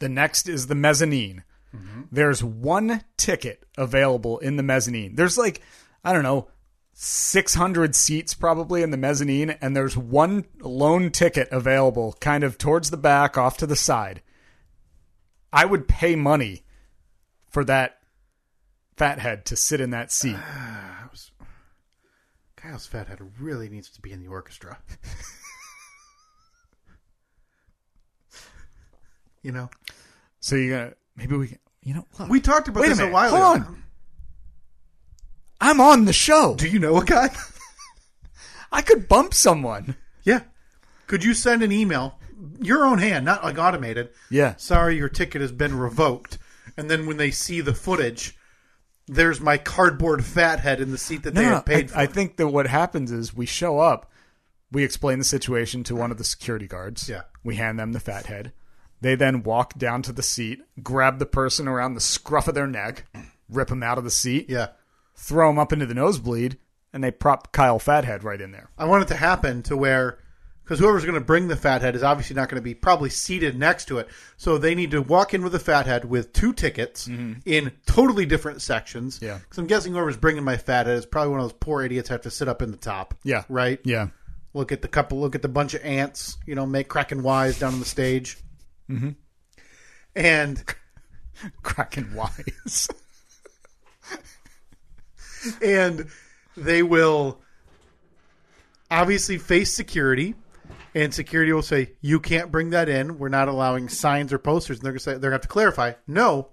[SPEAKER 4] The next is the mezzanine.
[SPEAKER 2] Mm-hmm.
[SPEAKER 4] There's one ticket available in the mezzanine. There's like I don't know. 600 seats probably in the mezzanine and there's one lone ticket available kind of towards the back off to the side I would pay money for that fathead to sit in that seat.
[SPEAKER 2] Kyle's fathead really needs to be in the orchestra. you know,
[SPEAKER 4] So you're gonna maybe we can, you know look,
[SPEAKER 2] we talked about
[SPEAKER 4] Wait a
[SPEAKER 2] this a,
[SPEAKER 4] minute,
[SPEAKER 2] while
[SPEAKER 4] hold
[SPEAKER 2] ago.
[SPEAKER 4] on. I'm on the show.
[SPEAKER 2] Do you know a guy?
[SPEAKER 4] I could bump someone.
[SPEAKER 2] yeah. Could you send an email, your own hand, not like automated?
[SPEAKER 4] Yeah.
[SPEAKER 2] Sorry, your ticket has been revoked. And then when they see the footage, there's my cardboard fathead in the seat that
[SPEAKER 4] No,
[SPEAKER 2] they
[SPEAKER 4] no,
[SPEAKER 2] had paid
[SPEAKER 4] I, I think that what happens is we show up, we explain the situation to one of the security guards.
[SPEAKER 2] Yeah.
[SPEAKER 4] We hand them the fathead. They then walk down to the seat, grab the person around the scruff of their neck, rip them out of the seat,
[SPEAKER 2] for. Yeah.
[SPEAKER 4] throw them up into the nosebleed, and they prop Kyle Fathead right in there.
[SPEAKER 2] I want it to happen to where, because whoever's going to bring the fathead is obviously not going to be probably seated next to it. So they need to walk in with a fathead with two tickets in totally different sections.
[SPEAKER 4] Mm-hmm. Yeah.
[SPEAKER 2] Because I'm guessing whoever's bringing my fathead is probably one of those poor idiots who have to sit up in the top.
[SPEAKER 4] Yeah.
[SPEAKER 2] Right.
[SPEAKER 4] Yeah.
[SPEAKER 2] Look at the couple. Look at the bunch of ants. You know, make cracking wise down on the stage. Mm-hmm. And
[SPEAKER 4] Kraken wise.
[SPEAKER 2] and they will obviously face security and security will say you can't bring that in we're not allowing signs or posters and they're going to say they're going to have to clarify no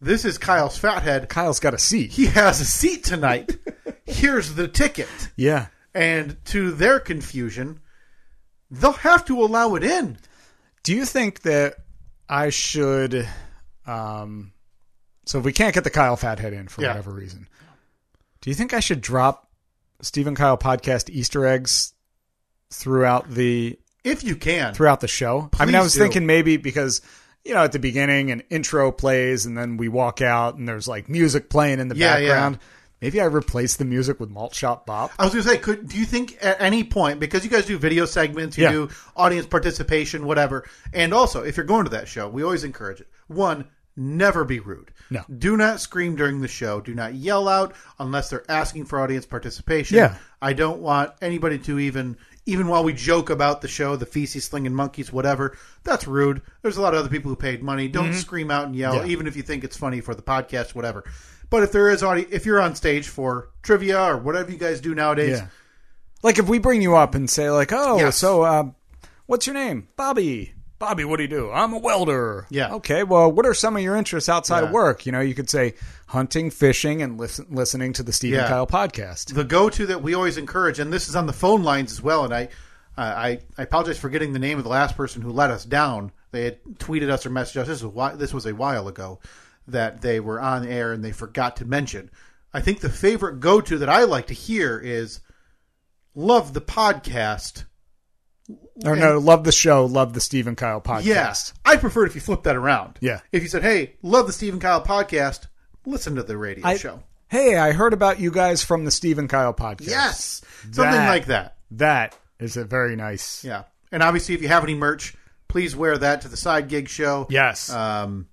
[SPEAKER 2] this is kyle's fathead
[SPEAKER 4] Kyle's got a seat.
[SPEAKER 2] he has a seat tonight here's the ticket
[SPEAKER 4] Yeah.
[SPEAKER 2] and to their confusion they'll have to allow it in
[SPEAKER 4] Do you think that I should? Um, so if we can't get the Kyle Fathead in for
[SPEAKER 2] Yeah.
[SPEAKER 4] whatever reason, do you think I should drop Stephen Kyle podcast Easter eggs throughout the
[SPEAKER 2] if you can
[SPEAKER 4] throughout the show? I mean, I
[SPEAKER 2] Please
[SPEAKER 4] was
[SPEAKER 2] do.
[SPEAKER 4] thinking maybe because you know, at the beginning an intro plays and then we walk out and there's like music playing in the
[SPEAKER 2] Yeah, yeah.
[SPEAKER 4] background. Maybe I replace the music with Malt Shop Bop.
[SPEAKER 2] I was going to say, could do you think at any point because you guys do video segments, you
[SPEAKER 4] Yeah.
[SPEAKER 2] do audience participation, whatever, and also if you're going to that show, we always encourage it. One, never be rude.
[SPEAKER 4] No.
[SPEAKER 2] do not scream during the show. Do not yell out unless they're asking for audience participation.
[SPEAKER 4] Yeah.
[SPEAKER 2] I don't want anybody to even even while we joke about the show, the feces slinging monkeys, whatever. That's rude. There's a lot of other people who paid money. Don't scream out and yell,
[SPEAKER 4] Mm-hmm. Yeah.
[SPEAKER 2] even if you think it's funny for the podcast, whatever. But if there is audio, if you're on stage for trivia or whatever you guys do nowadays,
[SPEAKER 4] Yeah. Like if we bring you up and say like, oh,
[SPEAKER 2] Yes.
[SPEAKER 4] so um, what's your name, Bobby? Bobby, what do you do? I'm a welder.
[SPEAKER 2] Yeah.
[SPEAKER 4] Okay. Well, what are some of your interests outside
[SPEAKER 2] Yeah.
[SPEAKER 4] of work? You know, you could say hunting, fishing, and listen, listening to the Stephen
[SPEAKER 2] Yeah.
[SPEAKER 4] Kyle podcast.
[SPEAKER 2] the go-to that we always encourage, and this is on the phone lines as well. And I, uh, I, I apologize for getting the name of the last person who let us down. They had tweeted us or messaged us. This was whi- this was a while ago that they were on air and they forgot to mention. I think the favorite go-to that I like to hear is "Love the podcast."
[SPEAKER 4] Or no, love the show, love the Stephen Kyle podcast.
[SPEAKER 2] Yes, I prefer it if you flip that around.
[SPEAKER 4] Yeah.
[SPEAKER 2] if you said, "Hey, love the Stephen Kyle podcast," listen to the radio
[SPEAKER 4] I-
[SPEAKER 2] show.
[SPEAKER 4] Hey, I heard about you guys from the Stephen Kyle podcast.
[SPEAKER 2] Yes, something
[SPEAKER 4] That-
[SPEAKER 2] like that.
[SPEAKER 4] That is a very nice.
[SPEAKER 2] Yeah, and obviously, if you have any merch, please wear that to the side gig show.
[SPEAKER 4] Yes.
[SPEAKER 2] Um,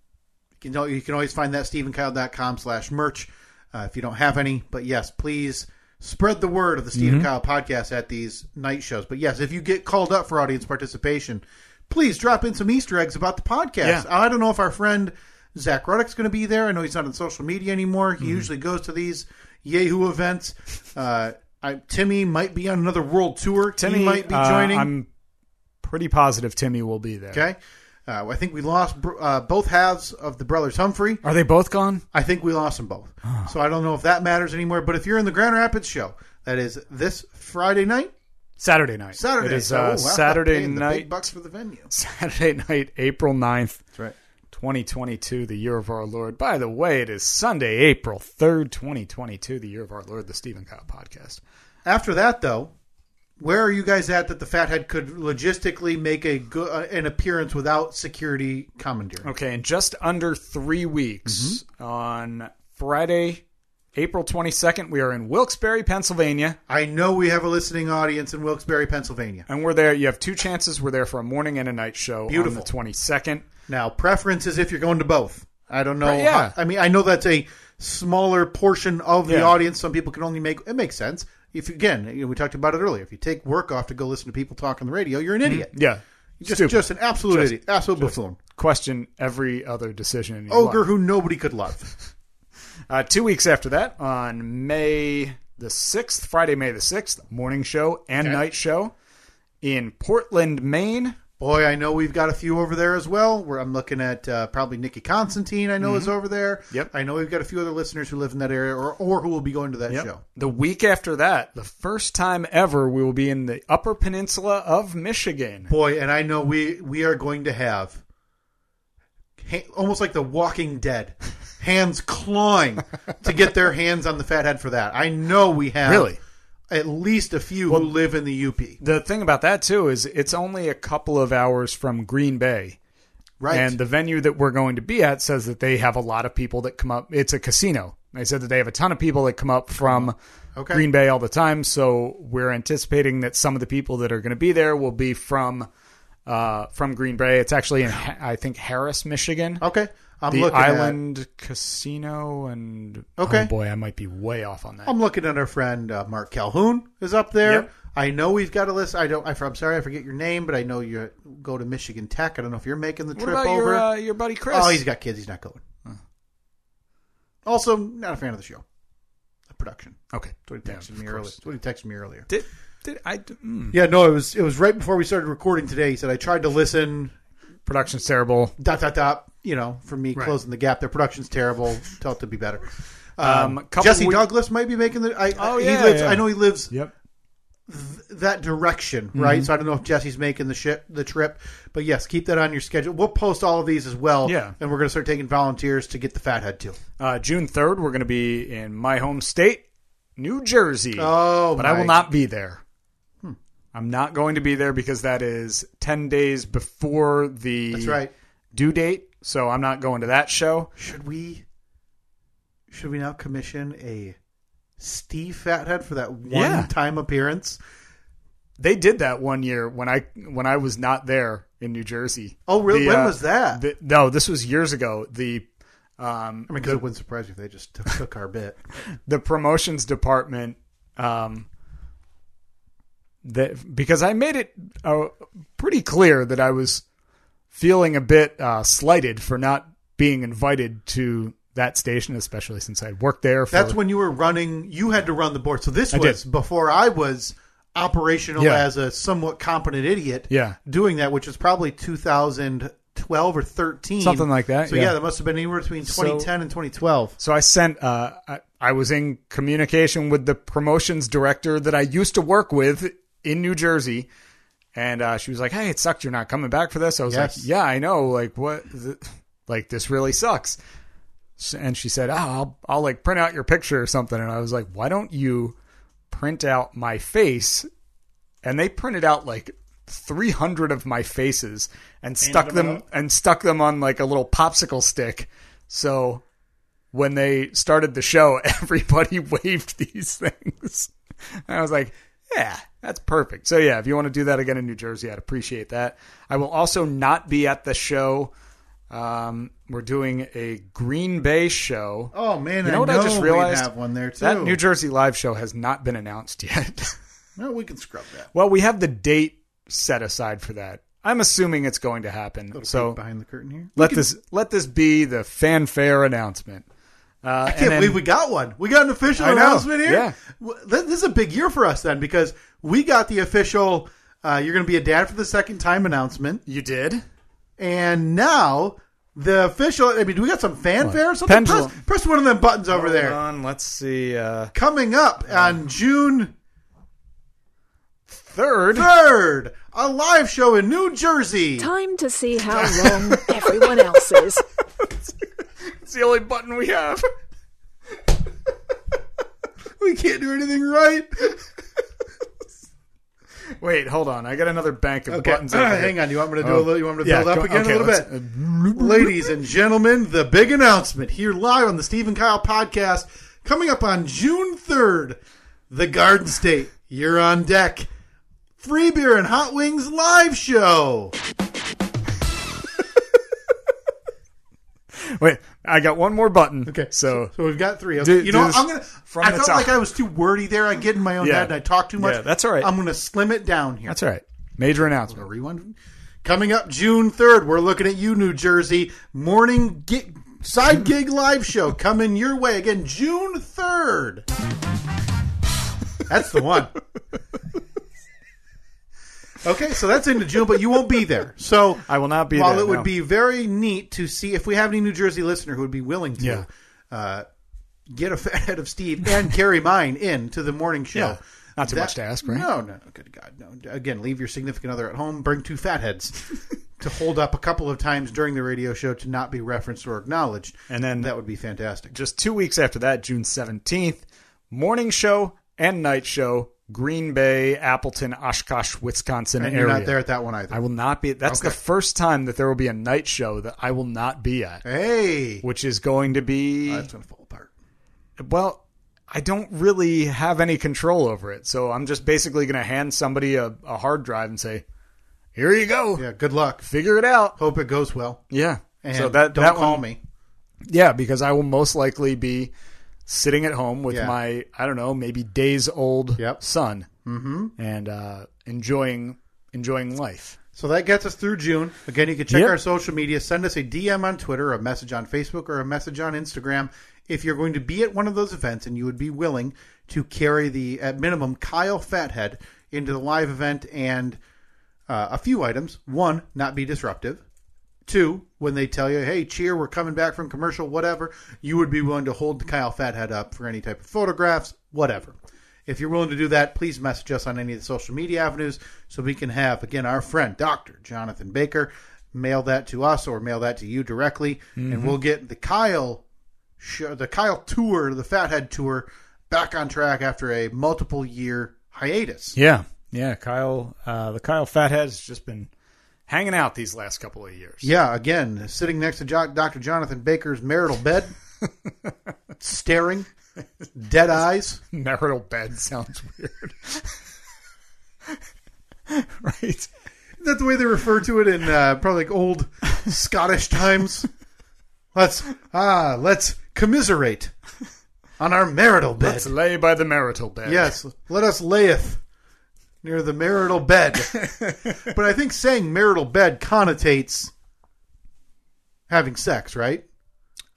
[SPEAKER 2] you know, you can always find that stephenkyle.com slash merch uh, if you don't have any. But yes, please spread the word of the Stephen
[SPEAKER 4] Mm-hmm.
[SPEAKER 2] Kyle podcast at these night shows. But yes, if you get called up for audience participation, please drop in some Easter eggs about the podcast.
[SPEAKER 4] Yeah.
[SPEAKER 2] I don't know if our friend Zach Ruddick's going to be there. I know he's not on social media anymore.
[SPEAKER 4] Mm-hmm.
[SPEAKER 2] He usually goes to these Yahoo events. Uh, I, Timmy might be on another world tour.
[SPEAKER 4] Timmy
[SPEAKER 2] he might be
[SPEAKER 4] uh,
[SPEAKER 2] joining.
[SPEAKER 4] I'm pretty positive Timmy will be there.
[SPEAKER 2] Okay. Uh, I think we lost br- uh, both halves of the brothers Humphrey.
[SPEAKER 4] Are they both gone?
[SPEAKER 2] I think we lost them both. So I don't know if that matters anymore. But if you're in the Grand Rapids show, that is this Friday night,
[SPEAKER 4] Saturday night.
[SPEAKER 2] Saturday.
[SPEAKER 4] It is
[SPEAKER 2] So,
[SPEAKER 4] uh,
[SPEAKER 2] wow,
[SPEAKER 4] Saturday
[SPEAKER 2] paying the big
[SPEAKER 4] night.
[SPEAKER 2] bucks for the venue.
[SPEAKER 4] Saturday night, April 9th,
[SPEAKER 2] That's right.
[SPEAKER 4] 2022, the year of our Lord. By the way, it is Sunday, April 3rd, 2022, the year of our Lord, the Stephen Kyle podcast.
[SPEAKER 2] After that, though, where are you guys at that the Fathead could logistically make a go- uh, an appearance without security commandeering?
[SPEAKER 4] Okay, in just under three weeks, on Friday, April 22nd, we are in Wilkes-Barre, Pennsylvania.
[SPEAKER 2] I know we have a listening audience in Wilkes-Barre, Pennsylvania.
[SPEAKER 4] And we're there. You have two chances. We're there for a morning and a night show
[SPEAKER 2] Beautiful.
[SPEAKER 4] on the 22nd.
[SPEAKER 2] Now, preference is if you're going to both. I don't know.
[SPEAKER 4] Right, yeah.
[SPEAKER 2] how- I mean, I know that's a smaller portion of the
[SPEAKER 4] Yeah.
[SPEAKER 2] audience. Some people can only make it makes sense. If you- again, you know, we talked about it earlier. If you take work off to go listen to people talk on the radio, you're an idiot.
[SPEAKER 4] Yeah.
[SPEAKER 2] Just,
[SPEAKER 4] Mm-hmm. Stupid.
[SPEAKER 2] just an absolute idiot, absolute buffoon,
[SPEAKER 4] Question every other decision in your life.
[SPEAKER 2] ogre who nobody could love.
[SPEAKER 4] Uh, two weeks after that, on May the 6th, Friday, May the 6th, morning show and night show in Portland, Maine.
[SPEAKER 2] Boy, I know we've got a few over there as well. Where I'm looking at uh, probably Nikki Constantine. I know is over there.
[SPEAKER 4] Mm-hmm. Yep.
[SPEAKER 2] I know we've got a few other listeners who live in that area or or who will be going to that show.
[SPEAKER 4] The week after that, the first time ever, we will be in the Upper Peninsula of Michigan.
[SPEAKER 2] boy and i know we we are going to have ha- almost like the walking dead hands clawing to get their hands on the fathead for that i know we have
[SPEAKER 4] Really?
[SPEAKER 2] at least a few who live in the up
[SPEAKER 4] The thing about that, too, is it's only a couple of hours from Green Bay.
[SPEAKER 2] right
[SPEAKER 4] And the venue that we're going to be at says that they have a lot of people that come up. It's a casino. They said that they have a ton of people that come up from
[SPEAKER 2] Oh, Okay.
[SPEAKER 4] Green Bay all the time. So we're anticipating that some of the people that are going to be there will be from uh, from Green Bay. It's actually in Ha- I think Harris, Michigan.
[SPEAKER 2] okay i'm
[SPEAKER 4] the
[SPEAKER 2] looking
[SPEAKER 4] Island Casino and
[SPEAKER 2] Okay.
[SPEAKER 4] oh boy, I might be way off on that.
[SPEAKER 2] at i'm looking at our friend uh, mark calhoun is up there
[SPEAKER 4] Yep.
[SPEAKER 2] i know we've got a list i don't I, i'm sorry i forget your name but i know you go to michigan tech i don't know if you're making the
[SPEAKER 4] what
[SPEAKER 2] trip
[SPEAKER 4] about
[SPEAKER 2] over
[SPEAKER 4] your uh, your buddy Chris?
[SPEAKER 2] Oh, he's got kids. He's not going. Also, not a fan of the show. The production.
[SPEAKER 4] okay.
[SPEAKER 2] That's what he
[SPEAKER 4] Yeah,
[SPEAKER 2] texted
[SPEAKER 4] of
[SPEAKER 2] me earlier.
[SPEAKER 4] course.
[SPEAKER 2] That's what he texted me earlier.
[SPEAKER 4] Did did I? Mm.
[SPEAKER 2] Yeah, no, it was it was right before we started recording today. He said I tried to listen.
[SPEAKER 4] Production's terrible.
[SPEAKER 2] Dot dot dot. You know, for me
[SPEAKER 4] Right.
[SPEAKER 2] closing the gap. Their production's terrible. Tell it to be better.
[SPEAKER 4] Um,
[SPEAKER 2] Um,
[SPEAKER 4] couple
[SPEAKER 2] Jesse
[SPEAKER 4] we-
[SPEAKER 2] Douglas might be making the. I,
[SPEAKER 4] Oh,
[SPEAKER 2] he
[SPEAKER 4] yeah,
[SPEAKER 2] lives-
[SPEAKER 4] yeah. Mm-hmm.
[SPEAKER 2] I know he lives
[SPEAKER 4] Yep.
[SPEAKER 2] that direction, right? So I don't know if Jesse's making the ship, the trip, but yes, keep that on your schedule. We'll post all of these as well.
[SPEAKER 4] Yeah.
[SPEAKER 2] and we're going to start taking volunteers to get the fathead too.
[SPEAKER 4] Uh, June 3rd, we're going to be in my home state, New Jersey.
[SPEAKER 2] Oh,
[SPEAKER 4] but
[SPEAKER 2] my Hmm.
[SPEAKER 4] I will not be there. I'm not going to be there because that is 10 days before the
[SPEAKER 2] That's right.
[SPEAKER 4] due date, so I'm not going to that show.
[SPEAKER 2] Should we? Should we now commission a Steve Fathead for that one
[SPEAKER 4] Yeah.
[SPEAKER 2] time appearance?
[SPEAKER 4] They did that one year when I when I was not there in New Jersey.
[SPEAKER 2] Oh, really?
[SPEAKER 4] The,
[SPEAKER 2] when
[SPEAKER 4] uh,
[SPEAKER 2] was that?
[SPEAKER 4] the- no, this was years ago. The um,
[SPEAKER 2] I mean, because it wouldn't surprise you if they just took, took our bit.
[SPEAKER 4] the promotions department um that because I made it uh, pretty clear that I was feeling a bit uh, slighted for not being invited to that station, especially since I'd worked there for
[SPEAKER 2] That's when you were running. You had to run the board. So this was before I was operational
[SPEAKER 4] Yeah.
[SPEAKER 2] as a somewhat competent idiot.
[SPEAKER 4] Yeah.
[SPEAKER 2] doing that, which is probably 2012 or 13,
[SPEAKER 4] Something like that,
[SPEAKER 2] So yeah,
[SPEAKER 4] yeah.
[SPEAKER 2] that must have been anywhere between
[SPEAKER 4] So-
[SPEAKER 2] 2010 and 2012.
[SPEAKER 4] So I sent. Uh, I, I was in communication with the promotions director that I used to work with in New Jersey, and uh, she was like, "Hey, it sucked. You're not coming back for this." I was
[SPEAKER 2] Yes.
[SPEAKER 4] like, "Yeah, I know. Like what? Th- like this really sucks." S- And she said, oh, "I'll I'll like print out your picture or something." And I was like, "Why don't you print out my face?" And they printed out like. 300 of my faces and stuck
[SPEAKER 2] them
[SPEAKER 4] them and stuck them on like a little popsicle stick so when they started the show, everybody waved these things. And I was like, yeah, that's perfect. So, yeah, if you want to do that again in New Jersey, I'd appreciate that. I will also not be at the show. Um, we're doing a Green Bay show.
[SPEAKER 2] Oh man,
[SPEAKER 4] You know
[SPEAKER 2] I
[SPEAKER 4] what I just
[SPEAKER 2] we
[SPEAKER 4] realized?
[SPEAKER 2] have one there too.
[SPEAKER 4] that New Jersey live show has not been announced yet.
[SPEAKER 2] no, we can scrub that.
[SPEAKER 4] well, we have the date set aside for that. I'm assuming it's going to happen. so
[SPEAKER 2] Peek behind the curtain here.
[SPEAKER 4] let this let this be the fanfare announcement. Uh,
[SPEAKER 2] I can't believe we got one. We got an official
[SPEAKER 4] I know,
[SPEAKER 2] announcement here.
[SPEAKER 4] yeah.
[SPEAKER 2] W- th- This is a big year for us then because we got the official. Uh, you're going to be a dad for the second time announcement,
[SPEAKER 4] You did?
[SPEAKER 2] and now the official. I mean, do we got some fanfare or something? Press,
[SPEAKER 4] Pendulum.
[SPEAKER 2] press one of them buttons over
[SPEAKER 4] Hold
[SPEAKER 2] there.
[SPEAKER 4] on, let's see. Uh,
[SPEAKER 2] Coming up on June
[SPEAKER 4] third.
[SPEAKER 2] third, a live show in New Jersey.
[SPEAKER 1] Time to see how wrong everyone else is.
[SPEAKER 4] It's the only button we have.
[SPEAKER 2] We can't do anything right.
[SPEAKER 4] Wait, hold on. I got another bank of
[SPEAKER 2] Okay,
[SPEAKER 4] buttons.
[SPEAKER 2] uh,
[SPEAKER 4] over here.
[SPEAKER 2] hang on. You want me to do a
[SPEAKER 4] Oh.
[SPEAKER 2] little? You want me to
[SPEAKER 4] Yeah,
[SPEAKER 2] build up
[SPEAKER 4] go-
[SPEAKER 2] again
[SPEAKER 4] okay,
[SPEAKER 2] a little
[SPEAKER 4] let's- uh,
[SPEAKER 2] bit? Ladies and gentlemen, the big announcement here live on the Steve and Kyle podcast coming up on June 3rd. The Garden State, you're on deck. Free beer and hot wings live show.
[SPEAKER 4] uh, Wait, I got one more button. Okay, so
[SPEAKER 2] So we've got three.
[SPEAKER 4] Do-
[SPEAKER 2] Okay. you know,
[SPEAKER 4] do
[SPEAKER 2] what?
[SPEAKER 4] this
[SPEAKER 2] I'm gonna.
[SPEAKER 4] from
[SPEAKER 2] I
[SPEAKER 4] the
[SPEAKER 2] felt
[SPEAKER 4] top.
[SPEAKER 2] like I was too wordy there. I get in my own
[SPEAKER 4] Yeah.
[SPEAKER 2] head and I talk too much.
[SPEAKER 4] Yeah, that's all right.
[SPEAKER 2] I'm gonna slim it down here.
[SPEAKER 4] that's all right. Major announcement.
[SPEAKER 2] Rewind. Coming up June 3rd, we're looking at you, New Jersey. Morning gig, side gig live show coming your way again, June 3rd. That's the one. Okay, so that's into June, but you won't be there. So
[SPEAKER 4] I will not be
[SPEAKER 2] While
[SPEAKER 4] there,
[SPEAKER 2] it would
[SPEAKER 4] no.
[SPEAKER 2] be very neat to see if we have any New Jersey listener who would be willing to
[SPEAKER 4] Yeah.
[SPEAKER 2] uh, get a fat head of Steve and carry mine in to the morning show.
[SPEAKER 4] Yeah. Uh, Not too
[SPEAKER 2] That-
[SPEAKER 4] much to ask, right?
[SPEAKER 2] No, no. Good God, no. Again, leave your significant other at home. Bring two fatheads to hold up a couple of times during the radio show to not be referenced or acknowledged.
[SPEAKER 4] And then-
[SPEAKER 2] that would be fantastic.
[SPEAKER 4] Just two weeks after that, June seventeenth, morning show and night show, Green Bay, Appleton, Oshkosh, Wisconsin
[SPEAKER 2] And
[SPEAKER 4] area.
[SPEAKER 2] you're not there at that one either.
[SPEAKER 4] I will not be. That's the first time that there will be a night show that I will not be at,
[SPEAKER 2] hey,
[SPEAKER 4] which is going to be
[SPEAKER 2] that's gonna fall apart.
[SPEAKER 4] well i don't really have any control over it so i'm just basically going to hand somebody a, a hard drive and say here you go
[SPEAKER 2] Yeah. Good luck.
[SPEAKER 4] figure it out
[SPEAKER 2] Hope it goes well.
[SPEAKER 4] yeah
[SPEAKER 2] And
[SPEAKER 4] so that
[SPEAKER 2] don't
[SPEAKER 4] that
[SPEAKER 2] call
[SPEAKER 4] one-
[SPEAKER 2] me.
[SPEAKER 4] yeah because i will most likely be sitting at home with
[SPEAKER 2] Yeah.
[SPEAKER 4] my i don't know maybe days old
[SPEAKER 2] Yep.
[SPEAKER 4] son mm-hmm. and uh, enjoying enjoying life
[SPEAKER 2] So that gets us through June. Again, you can check
[SPEAKER 4] Yep.
[SPEAKER 2] our social media. Send us a DM on Twitter, a message on Facebook, or a message on Instagram if you're going to be at one of those events and you would be willing to carry the, at minimum, Kyle Fathead into the live event and uh, a few items. One, not be disruptive. Two, when they tell you, hey, cheer, we're coming back from commercial, whatever, you would be willing to hold Kyle Fathead up for any type of photographs, whatever. If you're willing to do that, please message us on any of the social media avenues so we can have, again, our friend, Dr. Jonathan Baker, mail that to us or mail that to you directly, and we'll get the Kyle show, the Kyle tour, the Fathead tour, back on track after a multiple year hiatus.
[SPEAKER 4] Yeah, yeah. Kyle, uh, the Kyle Fathead has just been hanging out these last couple of years.
[SPEAKER 2] Yeah, again, sitting next to jo- Dr. Jonathan Baker's marital bed, staring, dead eyes.
[SPEAKER 4] Marital bed sounds weird. right?
[SPEAKER 2] Is that the way they refer to it in uh, probably like old Scottish times? Let's ah, let's commiserate on our marital bed.
[SPEAKER 4] Let's lay by the marital bed.
[SPEAKER 2] yes, let us layeth near the marital bed. but I think saying marital bed connotates having sex, right?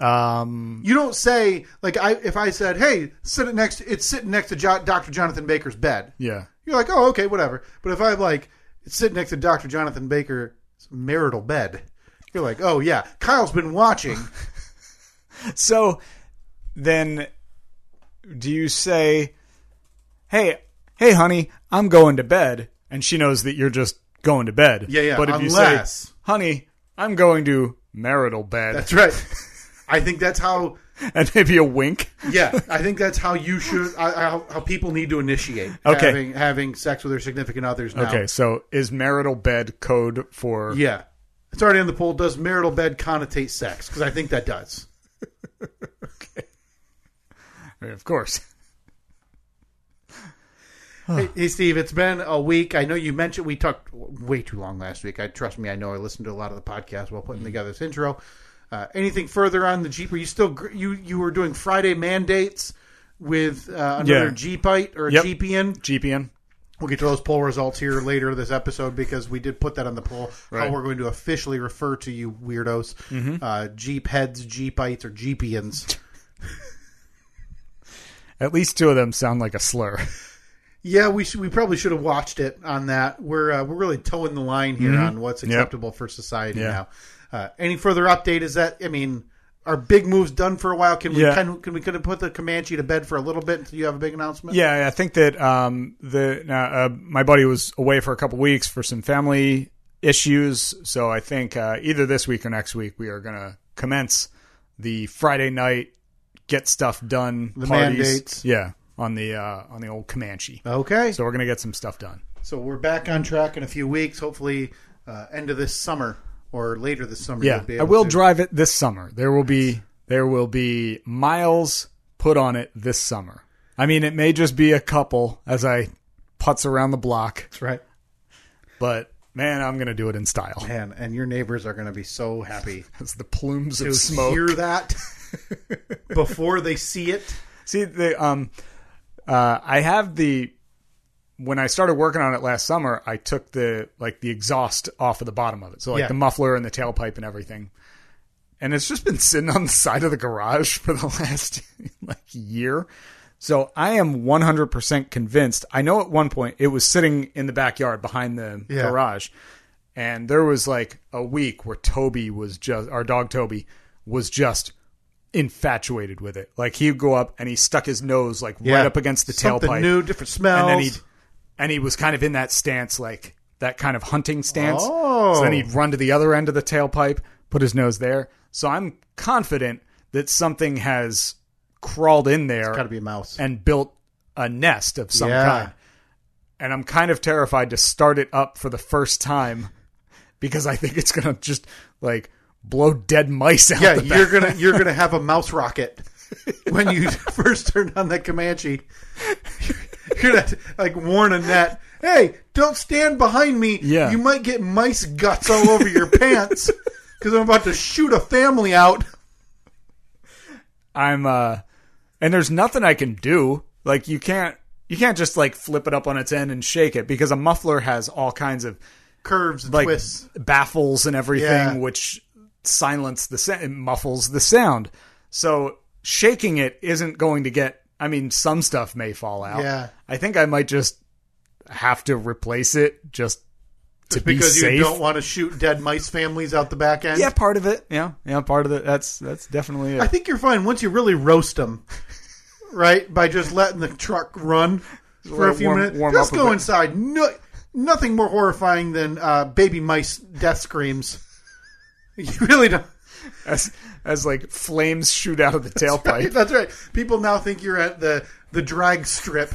[SPEAKER 4] Um,
[SPEAKER 2] You don't say like I if I said, "Hey, sit it next it's sitting next to jo- Dr. Jonathan Baker's bed."
[SPEAKER 4] yeah.
[SPEAKER 2] You're like, "Oh, okay, whatever." But if I'm like it's sitting next to Dr. Jonathan Baker's marital bed, you're like, "Oh, yeah, Kyle's been watching."
[SPEAKER 4] So then do you say, "Hey, hey honey, I'm going to bed." And she knows that you're just going to bed.
[SPEAKER 2] Yeah, yeah,
[SPEAKER 4] But if you
[SPEAKER 2] unless-
[SPEAKER 4] say, "Honey, I'm going to marital bed."
[SPEAKER 2] That's right. I think that's how
[SPEAKER 4] and maybe a wink.
[SPEAKER 2] yeah, I think that's how you should I- I- how, how people need to initiate
[SPEAKER 4] Okay.
[SPEAKER 2] having having sex with their significant others now.
[SPEAKER 4] Okay, so is marital bed code for
[SPEAKER 2] Yeah. It's already in the poll. Does marital bed connotate sex? Because I think that does.
[SPEAKER 4] Of course.
[SPEAKER 2] Hey, hey, Steve, it's been a week. I know you mentioned we talked way too long last week. I trust me. I know I listened to a lot of the podcast while
[SPEAKER 4] Mm-hmm.
[SPEAKER 2] putting together this intro. Uh, anything further on the Jeep? Are you still gr- you you were doing Friday mandates with uh, another
[SPEAKER 4] Yeah.
[SPEAKER 2] Jeepite or a
[SPEAKER 4] Yep.
[SPEAKER 2] Jeepian?
[SPEAKER 4] GPN.
[SPEAKER 2] We'll get to those poll results here later this episode because we did put that on the poll
[SPEAKER 4] Right. Mm-hmm.
[SPEAKER 2] how we're going to officially refer to you weirdos, uh, Jeep heads, Jeepites, or Jeepians.
[SPEAKER 4] At least two of them sound like a slur.
[SPEAKER 2] Yeah, we should, we probably should have watched it on that. We're uh, we're really towing the line here on what's acceptable for society
[SPEAKER 4] Mm-hmm. Yeah.
[SPEAKER 2] now. Uh, any further update? Is that I mean, are big moves done for a while? Can we
[SPEAKER 4] Yeah.
[SPEAKER 2] can, can we kind of put the Comanche to bed for a little bit until you have a big announcement?
[SPEAKER 4] Yeah, I think that um, the now, uh, my buddy was away for a couple weeks for some family issues, so I think uh, either this week or next week we are going to commence the Friday night get stuff done the parties.
[SPEAKER 2] mandates.
[SPEAKER 4] Yeah, on the uh, on the old Comanche.
[SPEAKER 2] Okay, so,
[SPEAKER 4] So we're going to get some stuff done.
[SPEAKER 2] we're back on track in a few weeks. Hopefully, uh, end of this summer or later this summer.
[SPEAKER 4] Yeah,
[SPEAKER 2] you'll be
[SPEAKER 4] I
[SPEAKER 2] able
[SPEAKER 4] will
[SPEAKER 2] to-
[SPEAKER 4] drive it this summer. There will be there will be miles put on it this summer. I mean, it may just be a couple as I putz around the block,
[SPEAKER 2] That's right,
[SPEAKER 4] but man, I'm going to do it in style.
[SPEAKER 2] man. And your neighbors are going to be so happy
[SPEAKER 4] As the plumes
[SPEAKER 2] to
[SPEAKER 4] of smoke.
[SPEAKER 2] hear that before they see it.
[SPEAKER 4] See, the um, uh, I have the when I started working on it last summer, I took the like the exhaust off of the bottom of it, so like
[SPEAKER 2] Yeah.
[SPEAKER 4] the muffler and the tailpipe and everything. And it's just been sitting on the side of the garage for the last like year. So I am 100% convinced. I know at one point it was sitting in the backyard behind the
[SPEAKER 2] Yeah.
[SPEAKER 4] garage. And there was like a week where Toby was just our dog Toby was just infatuated with it. Like he'd go up and he stuck his nose like right
[SPEAKER 2] Yeah.
[SPEAKER 4] up against the
[SPEAKER 2] Something
[SPEAKER 4] tailpipe
[SPEAKER 2] new, different smells.
[SPEAKER 4] and then he'd and he was kind of in that stance like that kind of hunting stance
[SPEAKER 2] Oh.
[SPEAKER 4] so then he'd run to the other end of the tailpipe put his nose there so i'm confident that something has crawled in there
[SPEAKER 2] Got to be a mouse.
[SPEAKER 4] and built a nest of some
[SPEAKER 2] Yeah.
[SPEAKER 4] kind and i'm kind of terrified to start it up for the first time because i think it's gonna just like blow dead mice out
[SPEAKER 2] yeah,
[SPEAKER 4] the
[SPEAKER 2] you're
[SPEAKER 4] back.
[SPEAKER 2] gonna you're gonna have a mouse rocket when you first turn on that Comanche. You're gonna have to, like warn a net. Hey, don't stand behind me.
[SPEAKER 4] Yeah.
[SPEAKER 2] you might get mice guts all over your pants because I'm about to shoot a family out.
[SPEAKER 4] I'm uh and there's nothing I can do. Like you can't you can't just like flip it up on its end and shake it because a muffler has all kinds of
[SPEAKER 2] Curves and
[SPEAKER 4] like
[SPEAKER 2] twists.
[SPEAKER 4] baffles and everything
[SPEAKER 2] Yeah.
[SPEAKER 4] which silence the sa- it muffles the sound. So shaking it isn't going to get I mean some stuff may fall out.
[SPEAKER 2] Yeah.
[SPEAKER 4] I think I might just have to replace it just to be
[SPEAKER 2] Because
[SPEAKER 4] safe.
[SPEAKER 2] you don't want to shoot dead mice families out the back end.
[SPEAKER 4] yeah, part of it. Yeah. Yeah, part of it. That's that's definitely
[SPEAKER 2] I
[SPEAKER 4] it.
[SPEAKER 2] think you're fine once you really roast them, right? By just letting the truck run for
[SPEAKER 4] let
[SPEAKER 2] a
[SPEAKER 4] it
[SPEAKER 2] few
[SPEAKER 4] warm-
[SPEAKER 2] minutes.
[SPEAKER 4] warm
[SPEAKER 2] just
[SPEAKER 4] up a
[SPEAKER 2] go
[SPEAKER 4] bit.
[SPEAKER 2] inside. No, nothing more horrifying than uh, baby mice death screams. You really don't.
[SPEAKER 4] As as like flames shoot out of the tailpipe.
[SPEAKER 2] That's right. People now think you're at the the drag strip,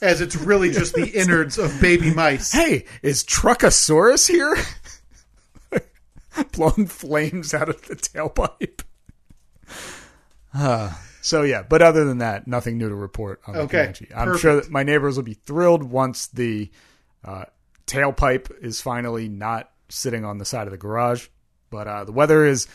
[SPEAKER 2] as it's really just the innards of baby mice.
[SPEAKER 4] hey, is Truckosaurus here? blown flames out of the tailpipe. Uh, so yeah, but other than that, nothing new to report on the
[SPEAKER 2] Okay,
[SPEAKER 4] Comanche. I'm sure
[SPEAKER 2] perfect.
[SPEAKER 4] that my neighbors will be thrilled once the uh, tailpipe is finally not sitting on the side of the garage. But uh, the weather is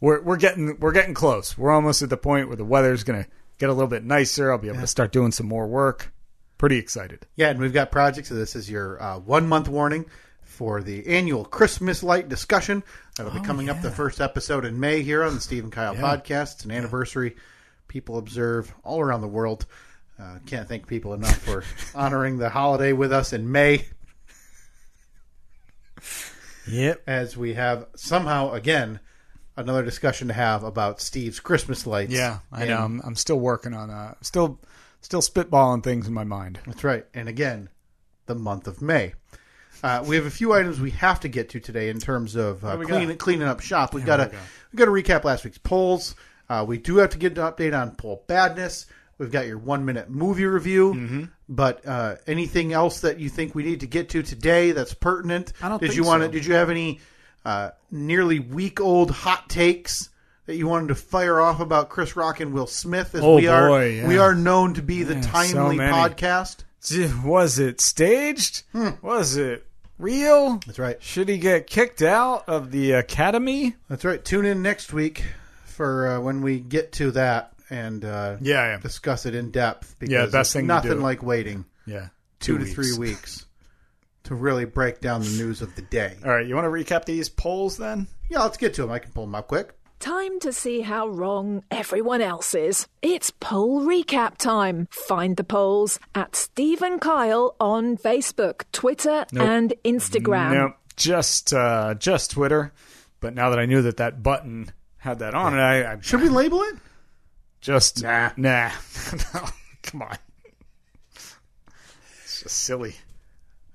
[SPEAKER 4] we're we're getting we're getting close. We're almost at the point where the weather's gonna get a little bit nicer. I'll be able to start doing some more work. Pretty excited.
[SPEAKER 2] Yeah, and we've got projects. So this is your uh, one month warning for the annual Christmas light discussion that'll be coming up the first episode in May here on the Steve and Kyle podcast. It's an anniversary people observe all around the world. Uh, can't thank people enough for honoring the holiday with us in May,
[SPEAKER 4] Yep.
[SPEAKER 2] as we have somehow again another discussion to have about Steve's Christmas lights.
[SPEAKER 4] Yeah, I
[SPEAKER 2] And-
[SPEAKER 4] know. I'm, I'm still working on uh still still spitballing things in my mind.
[SPEAKER 2] That's right. And again, the month of May. Uh, we have a few items we have to get to today in terms of uh,
[SPEAKER 4] we
[SPEAKER 2] clean, cleaning up shop. We've got to we got to recap last week's polls. Uh, we do have to get an update on poll badness. We've got your one minute movie review.
[SPEAKER 4] Mm-hmm.
[SPEAKER 2] But uh, anything else that you think we need to get to today that's pertinent?
[SPEAKER 4] I don't
[SPEAKER 2] Did
[SPEAKER 4] think
[SPEAKER 2] you want
[SPEAKER 4] so.
[SPEAKER 2] to? Did you have any uh, nearly week old hot takes? That you wanted to fire off about Chris Rock and Will Smith, as
[SPEAKER 4] Oh,
[SPEAKER 2] we are
[SPEAKER 4] boy, yeah.
[SPEAKER 2] we are known to be the
[SPEAKER 4] Yeah, so
[SPEAKER 2] timely
[SPEAKER 4] many.
[SPEAKER 2] podcast.
[SPEAKER 4] D- Was it staged? Was it real?
[SPEAKER 2] That's right.
[SPEAKER 4] Should he get kicked out of the academy?
[SPEAKER 2] That's right. Tune in next week for uh, when we get to that and uh,
[SPEAKER 4] Yeah, yeah.
[SPEAKER 2] discuss it in depth. Because
[SPEAKER 4] Yeah, best
[SPEAKER 2] there's
[SPEAKER 4] thing to
[SPEAKER 2] nothing
[SPEAKER 4] do.
[SPEAKER 2] like waiting
[SPEAKER 4] yeah.
[SPEAKER 2] two, to three weeks to really break down the news of the day.
[SPEAKER 4] All right, you want to recap these polls then?
[SPEAKER 2] Yeah, let's get to them. I can pull them up quick.
[SPEAKER 1] Time to see how wrong everyone else is. It's poll recap time. Find the polls at Steve and Kyle on Facebook, Twitter, and Instagram.
[SPEAKER 4] Nope, just uh, just Twitter. But now that I knew that that button had that on it, I, I
[SPEAKER 2] Should we label it?
[SPEAKER 4] just
[SPEAKER 2] Nah.
[SPEAKER 4] nah. No, come on, it's just silly.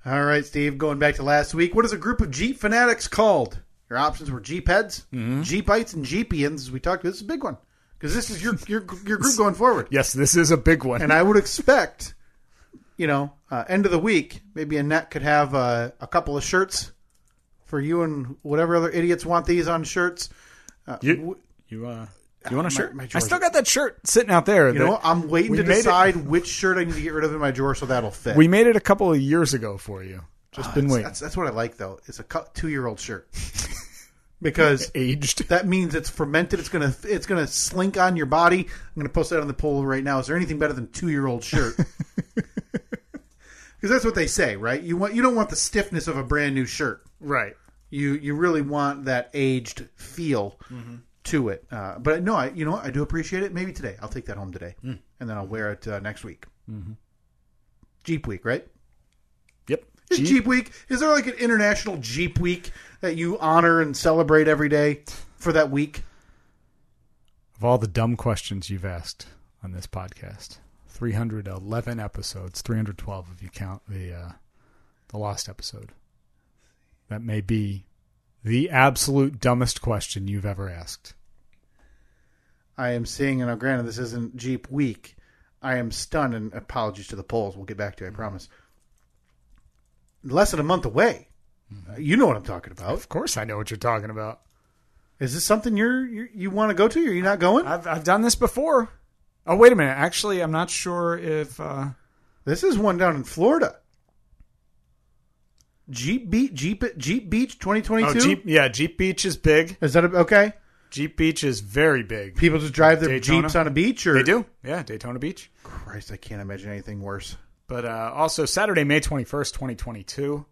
[SPEAKER 2] All right, Steve. Going back to last week, what is a group of Jeep fanatics called? Your options were Jeep heads,
[SPEAKER 4] Mm-hmm.
[SPEAKER 2] Jeepites, and Jeepians. As we talked, this is a big one because this is your your your group going forward.
[SPEAKER 4] Yes, this is a big one.
[SPEAKER 2] and I would expect, you know, uh, end of the week, maybe Annette could have uh, a couple of shirts for you and whatever other idiots want these on shirts.
[SPEAKER 4] you, you, uh, you want a shirt?
[SPEAKER 2] my
[SPEAKER 4] I
[SPEAKER 2] drawers
[SPEAKER 4] still got that shirt sitting out there.
[SPEAKER 2] You know, I'm waiting
[SPEAKER 4] We
[SPEAKER 2] to
[SPEAKER 4] made it-
[SPEAKER 2] decide which shirt I need to get rid of in my drawer so that'll fit.
[SPEAKER 4] We made it a couple of years ago for you. Just been waiting.
[SPEAKER 2] Ah, that's that's what I like though. It's a two year old shirt because
[SPEAKER 4] Aged.
[SPEAKER 2] that means it's fermented. It's gonna it's gonna slink on your body. I'm gonna post that on the poll right now. Is there anything better than two year old shirt? Because that's what they say, right? You want you don't want the stiffness of a brand new shirt.
[SPEAKER 4] Right.
[SPEAKER 2] you you really want that aged feel to it. Uh, but no, I you know what? I do appreciate it. Maybe today I'll take that home today, and then I'll wear it uh, next week. Jeep Week, right?
[SPEAKER 4] Yep.
[SPEAKER 2] Is Jeep? Week. Is there like an international Jeep Week that you honor and celebrate every day for that week?
[SPEAKER 4] Of all the dumb questions you've asked on this podcast, 311 episodes, 312 if you count the uh, the lost episode. That may be the absolute dumbest question you've ever asked.
[SPEAKER 2] I am seeing, and now granted, this isn't Jeep Week. I am stunned, and apologies to the polls. We'll get back to it, I promise. Less than a month away. Uh, You know what I'm talking about.
[SPEAKER 4] Of course, I know what you're talking about.
[SPEAKER 2] Is this something you're, you you want to go to? Or you're not going?
[SPEAKER 4] I've I've done this before. Oh wait a minute. Actually, I'm not sure if uh,
[SPEAKER 2] This is one down in Florida. Jeep Beach, Jeep Jeep Beach, 2022.
[SPEAKER 4] oh Jeep. Yeah, Jeep Beach is big.
[SPEAKER 2] Is that a, okay?
[SPEAKER 4] Jeep Beach is very big.
[SPEAKER 2] People just drive their
[SPEAKER 4] Daytona.
[SPEAKER 2] jeeps on a beach, or
[SPEAKER 4] They do. Yeah, Daytona Beach.
[SPEAKER 2] Christ, I can't imagine anything worse.
[SPEAKER 4] But uh, also Saturday, May twenty first, twenty twenty two.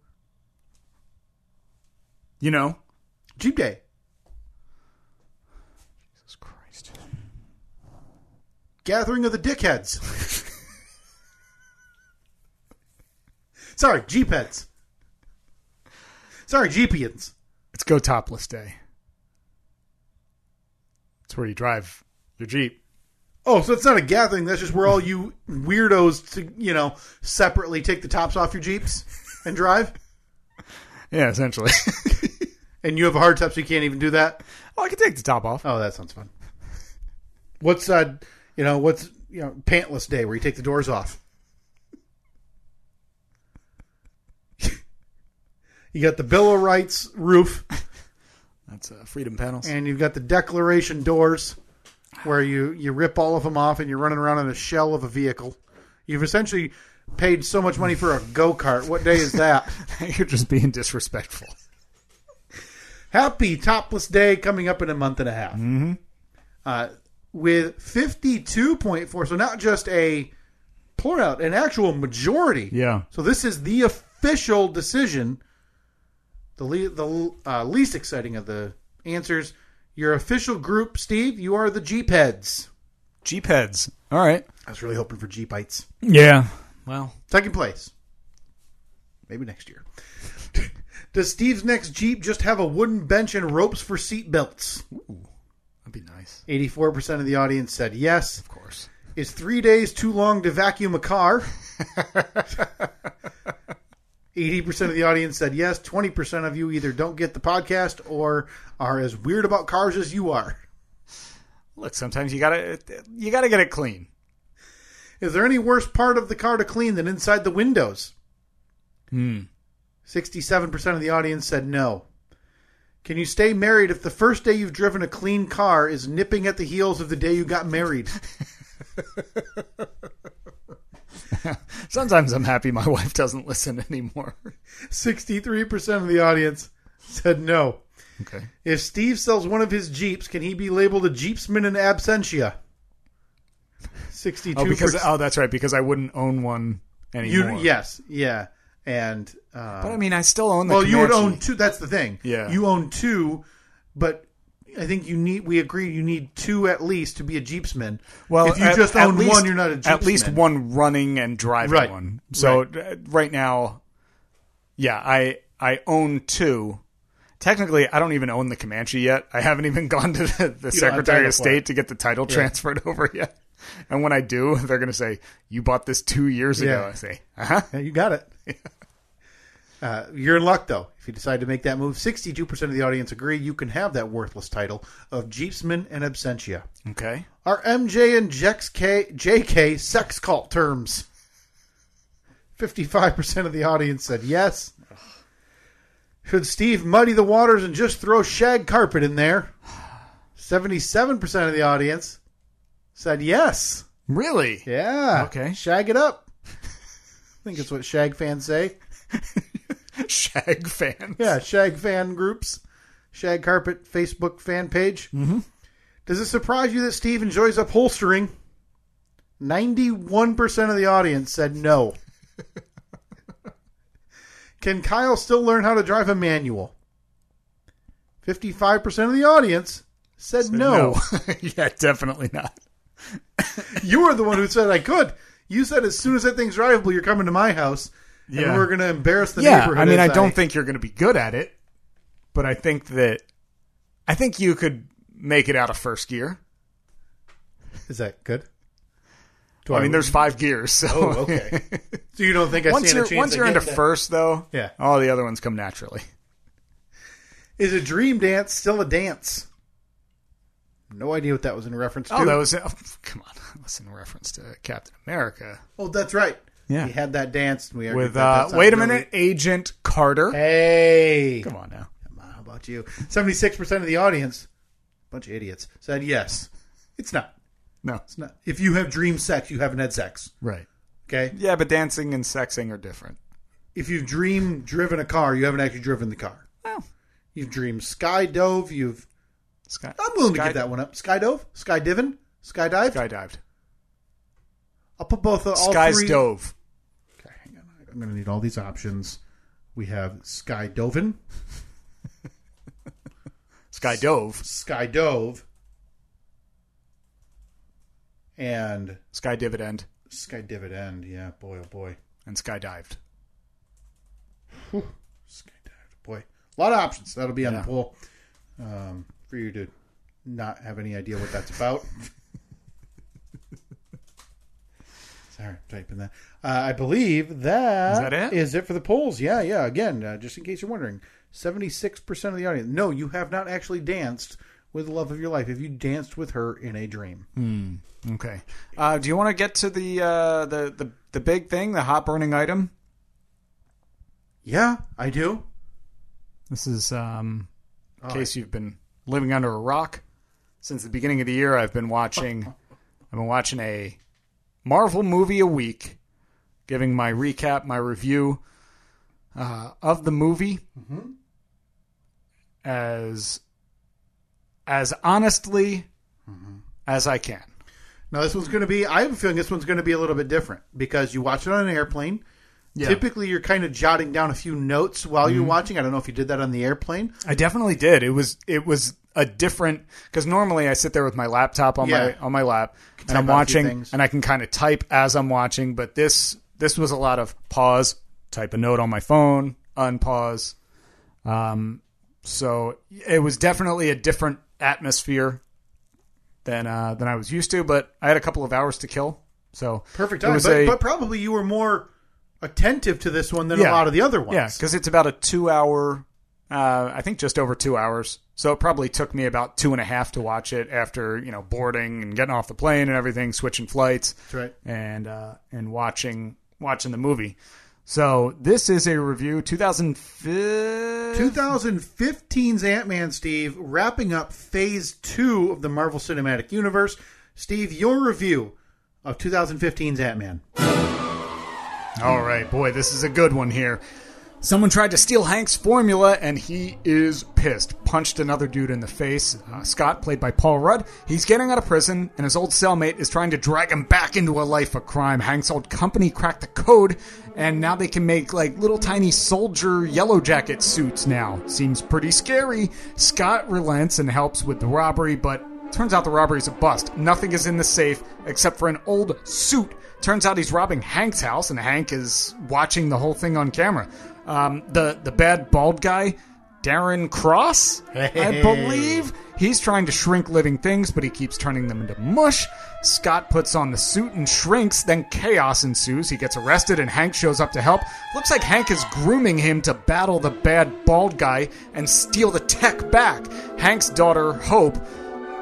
[SPEAKER 4] You know,
[SPEAKER 2] Jeep Day.
[SPEAKER 4] Jesus Christ!
[SPEAKER 2] Gathering of the Dickheads. Sorry, Jeepheads. Sorry, Jeepians.
[SPEAKER 4] It's Go Topless Day. It's where you drive your Jeep.
[SPEAKER 2] Oh, so it's not a gathering. That's just where all you weirdos, to, you know, separately take the tops off your Jeeps and drive.
[SPEAKER 4] Yeah, essentially.
[SPEAKER 2] And you have a hard top, so you can't even do that.
[SPEAKER 4] oh, I can take the top off.
[SPEAKER 2] Oh, that sounds fun. What's uh, you know, what's you know, pantless day where you take the doors off? you got the Bill of Rights roof,
[SPEAKER 4] That's uh, Freedom Panels.
[SPEAKER 2] and you've got the declaration doors where you you rip all of them off and you're running around in a shell of a vehicle you've essentially paid so much money for a go-kart what day is that
[SPEAKER 4] You're just being disrespectful.
[SPEAKER 2] happy topless day coming up in a month and a half mm-hmm. uh, with 52.4 so not just a out, an actual majority
[SPEAKER 4] Yeah.
[SPEAKER 2] so this is the official decision the le- the uh, least exciting of the answers your official group steve you are the jeep heads
[SPEAKER 4] Jeep heads. All right.
[SPEAKER 2] I was really hoping for Jeepites.
[SPEAKER 4] Yeah. Well,
[SPEAKER 2] Second place. Maybe next year. Does Steve's next Jeep just have a wooden bench and ropes for seat belts?
[SPEAKER 4] that'd be nice.
[SPEAKER 2] 84% of the audience said yes.
[SPEAKER 4] Of course.
[SPEAKER 2] Is three days too long to vacuum a car? 80% of the audience said yes. 20% of you either don't get the podcast or are as weird about cars as you are.
[SPEAKER 4] Look, sometimes you gotta you gotta get it clean.
[SPEAKER 2] Is there any worse part of the car to clean than inside the windows? Hmm. 67% of the audience said no. Can you stay married if the first day you've driven a clean car is nipping at the heels of the day you got married?
[SPEAKER 4] Sometimes I'm happy my wife doesn't listen anymore.
[SPEAKER 2] 63% of the audience said no.
[SPEAKER 4] Okay.
[SPEAKER 2] If Steve sells one of his Jeeps, can he be labeled a Jeepsman in absentia? 62%.
[SPEAKER 4] Oh, because oh, that's right. Because I wouldn't own one anymore.
[SPEAKER 2] you, yes, yeah. And uh,
[SPEAKER 4] But I mean, I still own the.
[SPEAKER 2] Well, you would
[SPEAKER 4] Comanche.
[SPEAKER 2] own two. That's the thing.
[SPEAKER 4] Yeah.
[SPEAKER 2] you own two, but I think you need. We agree you need two at least to be a jeepsman.
[SPEAKER 4] Well,
[SPEAKER 2] if you
[SPEAKER 4] at-
[SPEAKER 2] just
[SPEAKER 4] at
[SPEAKER 2] own
[SPEAKER 4] least-
[SPEAKER 2] one, you're not a jeepsman.
[SPEAKER 4] At least one running and driving
[SPEAKER 2] Right.
[SPEAKER 4] one. So uh, right now, yeah, I I own two. Technically, I don't even own the Comanche yet. I haven't even gone to the, the Secretary
[SPEAKER 2] title
[SPEAKER 4] of
[SPEAKER 2] for
[SPEAKER 4] State to get the title transferred over yet. And when I do, they're going to say, "You bought this two years ago."
[SPEAKER 2] Yeah.
[SPEAKER 4] I say, "Uh-huh."
[SPEAKER 2] Yeah, you got it. Uh, you're in luck though. If you decide to make that move, 62% of the audience agree you can have that worthless title of Jeepsman and Absentia.
[SPEAKER 4] Okay.
[SPEAKER 2] Are MJ and Jex K, JK sex cult terms? 55% of the audience said yes. Should Steve muddy the waters and just throw shag carpet in there? 77% of the audience said yes.
[SPEAKER 4] Really?
[SPEAKER 2] Yeah.
[SPEAKER 4] Okay.
[SPEAKER 2] Shag it up. I think it's what shag fans say.
[SPEAKER 4] Shag fans.
[SPEAKER 2] Yeah, shag fan groups, shag carpet Facebook fan page. Mm-hmm. Does it surprise you that Steve enjoys upholstering? Ninety-one percent of the audience said no. Can Kyle still learn how to drive a manual? Fifty-five percent of the audience said no.
[SPEAKER 4] yeah, definitely not.
[SPEAKER 2] you were the one who said I could. You said as soon as that thing's drivable, you're coming to my house, and
[SPEAKER 4] Yeah.
[SPEAKER 2] we're going to embarrass the
[SPEAKER 4] yeah,
[SPEAKER 2] neighborhood.
[SPEAKER 4] I mean, I
[SPEAKER 2] as
[SPEAKER 4] don't think you're going to be good at it, but I think that I think you could make it out of first gear.
[SPEAKER 2] is that good. Do
[SPEAKER 4] I Oh, mean, there's five gears, so
[SPEAKER 2] Oh, okay. so you don't think I
[SPEAKER 4] once
[SPEAKER 2] stand
[SPEAKER 4] you're
[SPEAKER 2] a chance?
[SPEAKER 4] once you're into
[SPEAKER 2] against that?
[SPEAKER 4] first, though,
[SPEAKER 2] Yeah.
[SPEAKER 4] all the other ones come naturally.
[SPEAKER 2] is a dream dance still a dance? No idea what that was in reference to.
[SPEAKER 4] Oh, that was oh, come on, that's in reference to Captain America
[SPEAKER 2] Oh, that's right.
[SPEAKER 4] Yeah.
[SPEAKER 2] we had that dance. And we already
[SPEAKER 4] with
[SPEAKER 2] thought
[SPEAKER 4] uh,
[SPEAKER 2] that's not
[SPEAKER 4] wait a
[SPEAKER 2] really-
[SPEAKER 4] minute, Agent Carter.
[SPEAKER 2] Hey,
[SPEAKER 4] Come on now,
[SPEAKER 2] how about you? Seventy-six percent of the audience, bunch of idiots, said yes. It's not.
[SPEAKER 4] no,
[SPEAKER 2] It's not. If you have dream sex, you haven't had sex.
[SPEAKER 4] right?
[SPEAKER 2] Okay.
[SPEAKER 4] Yeah, but dancing and sexing are different.
[SPEAKER 2] If you've dream driven a car, you haven't actually driven the car.
[SPEAKER 4] Well,
[SPEAKER 2] You've dream sky dove. You've.
[SPEAKER 4] sky,
[SPEAKER 2] I'm willing to
[SPEAKER 4] sky-
[SPEAKER 2] give that one up. Sky dove, sky divin, sky dive.
[SPEAKER 4] skydived,
[SPEAKER 2] I'll put both. uh, All
[SPEAKER 4] skies
[SPEAKER 2] three.
[SPEAKER 4] dove.
[SPEAKER 2] Okay, hang on. I'm going to need all these options. We have Sky Dovin,
[SPEAKER 4] Sky dove,
[SPEAKER 2] Sky Dove, and
[SPEAKER 4] sky dividend,
[SPEAKER 2] Sky Dividend. Yeah, boy, oh boy.
[SPEAKER 4] and skydived.
[SPEAKER 2] Sky Dividend, boy. A lot of options. That'll be on
[SPEAKER 4] Yeah.
[SPEAKER 2] the poll um, for you to not have any idea what that's about. Sorry, I'm typing that. Uh, I believe that
[SPEAKER 4] Is that it?
[SPEAKER 2] is it for the polls. Yeah, yeah. Again, uh, just in case you're wondering, 76% of the audience. No, you have not actually danced with the love of your life. If you danced with her in a dream,
[SPEAKER 4] Hmm. Okay. Uh, do you want to get to the, uh, the the the big thing, the hot burning item?
[SPEAKER 2] yeah, I do.
[SPEAKER 4] This is um, in case you've been living under a rock. Since the beginning of the year, I've been watching. I've been watching a Marvel movie a week, giving my recap, my review uh, of the movie, as as honestly as I can.
[SPEAKER 2] Now this one's going to be. I have a feeling this one's going to be a little bit different because you watch it on an airplane. Typically, you're kind of jotting down a few notes while you're watching. I don't know if you did that on the airplane.
[SPEAKER 4] I definitely did. It was it was a different because normally I sit there with my laptop on
[SPEAKER 2] Yeah.
[SPEAKER 4] my on my lap and
[SPEAKER 2] type
[SPEAKER 4] I'm
[SPEAKER 2] out a few
[SPEAKER 4] watching
[SPEAKER 2] things.
[SPEAKER 4] and I can kind of type as I'm watching. But this this was a lot of pause, type a note on my phone, unpause. Um, so it was definitely a different atmosphere than uh, than I was used to. But I had a couple of hours to kill, so
[SPEAKER 2] Perfect
[SPEAKER 4] it
[SPEAKER 2] time,
[SPEAKER 4] was
[SPEAKER 2] but,
[SPEAKER 4] a-
[SPEAKER 2] but probably you were more attentive to this one than a
[SPEAKER 4] Yeah.
[SPEAKER 2] lot of the other ones.
[SPEAKER 4] Yeah, because it's about a two hour, uh, I think just over two hours. So it probably took me about two and a half to watch it after you know boarding and getting off the plane and everything, switching flights,
[SPEAKER 2] That's right.
[SPEAKER 4] and uh, and watching watching the movie. So this is a review 2005.
[SPEAKER 2] 2015's Ant Man, Steve, wrapping up phase two of the Marvel Cinematic Universe. Steve, your review of 2015's Ant Man.
[SPEAKER 4] All right, boy, this is a good one here. Someone tried to steal Hank's formula, and he is pissed. Punched another dude in the face. Uh, Scott, played by Paul Rudd, he's getting out of prison, and his old cellmate is trying to drag him back into a life of crime. Hank's old company cracked the code, and now they can make like little tiny soldier yellow jacket suits. Now seems pretty scary. Scott relents and helps with the robbery, but Turns out the robbery's a bust. Nothing is in the safe except for an old suit. Turns out he's robbing Hank's house, and Hank is watching the whole thing on camera. Um, the the bad bald guy, Darren Cross, I believe. He's trying to shrink living things, but he keeps turning them into mush. Scott puts on the suit and shrinks, then chaos ensues. He gets arrested, and Hank shows up to help. Looks like Hank is grooming him to battle the bad bald guy and steal the tech back. Hank's daughter, Hope,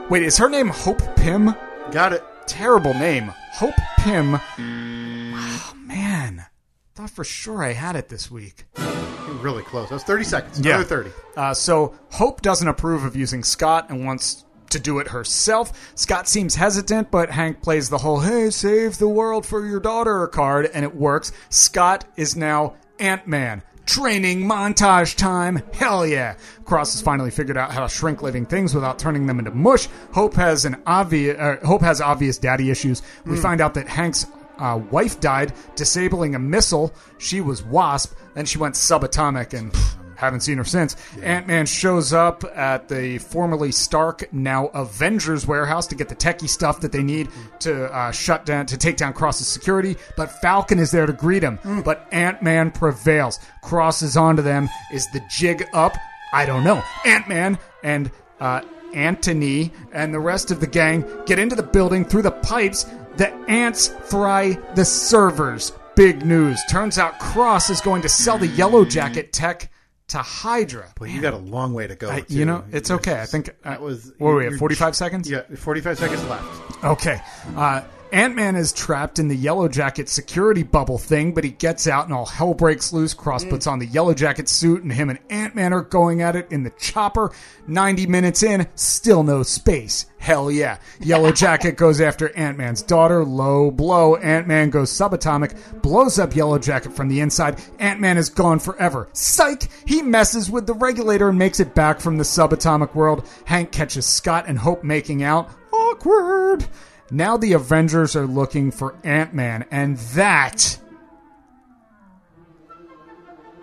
[SPEAKER 4] Wait, is her name Hope Pym?
[SPEAKER 2] Got it.
[SPEAKER 4] Terrible name. Hope Pym. Oh, man. Thought for sure I had it this week.
[SPEAKER 2] You're really close. That's 30 seconds.
[SPEAKER 4] Yeah.
[SPEAKER 2] Another 30.
[SPEAKER 4] Uh, so Hope doesn't approve of using Scott and wants to do it herself. Scott seems hesitant, but Hank plays the whole "Hey, save the world for your daughter" card, and it works. Scott is now Ant Man. Training montage time. Hell yeah. Cross has finally figured out how to shrink living things without turning them into mush. Hope has an obvious uh, Hope has obvious daddy issues. We find out that Hank's uh, wife died disabling a missile. She was Wasp, then she went subatomic, and pff, haven't seen her since. Ant Man shows up at the formerly Stark, now Avengers warehouse to get the techie stuff that they need to uh, shut down to take down Cross's security. But Falcon is there to greet him. But Ant Man prevails. Cross is onto them. Is the jig up? I don't know. Ant Man and uh, Antony and the rest of the gang get into the building through the pipes. The ants fry the servers. Big news. Turns out Cross is going to sell the Yellow Jacket tech to Hydra.
[SPEAKER 2] Well, you got a long way to go. too.
[SPEAKER 4] You know, it's okay. I think that
[SPEAKER 2] was-
[SPEAKER 4] What were we at?
[SPEAKER 2] you're-
[SPEAKER 4] Forty-five seconds.
[SPEAKER 2] Yeah, 45 seconds left.
[SPEAKER 4] Okay. Uh, Ant Man is trapped in the Yellow Jacket security bubble thing, but he gets out and all hell breaks loose. Cross puts on the Yellow Jacket suit, and him and Ant Man are going at it in the chopper. 90 minutes in, still no space. Hell yeah. Yellow Jacket goes after Ant Man's daughter. Low blow. Ant Man goes subatomic, blows up Yellow Jacket from the inside. Ant Man is gone forever. Psych! He messes with the regulator and makes it back from the subatomic world. Hank catches Scott and Hope making out. Awkward. Now the Avengers are looking for Ant Man, and that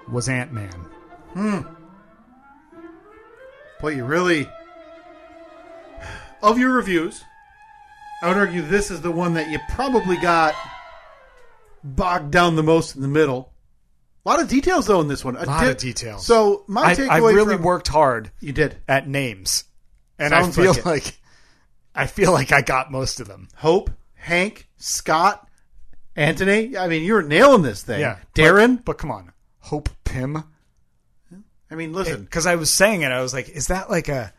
[SPEAKER 4] was Ant Man.
[SPEAKER 2] Boy, you really. Of your reviews, I would argue this is the one that you probably got bogged down the most in the middle. A lot of details, though, in this one. A
[SPEAKER 4] Lot of details.
[SPEAKER 2] So, my
[SPEAKER 4] I,
[SPEAKER 2] takeaway.
[SPEAKER 4] I really
[SPEAKER 2] from-
[SPEAKER 4] worked hard
[SPEAKER 2] You did.
[SPEAKER 4] at names, and
[SPEAKER 2] Sounds
[SPEAKER 4] I feel
[SPEAKER 2] like it.
[SPEAKER 4] like I feel like I got most of them.
[SPEAKER 2] Hope, Hank, Scott, Anthony. I mean, you're nailing this thing.
[SPEAKER 4] Yeah,
[SPEAKER 2] Darren.
[SPEAKER 4] But, but come on, Hope Pym.
[SPEAKER 2] I mean, listen.
[SPEAKER 4] because I was saying it, I was like, is that like a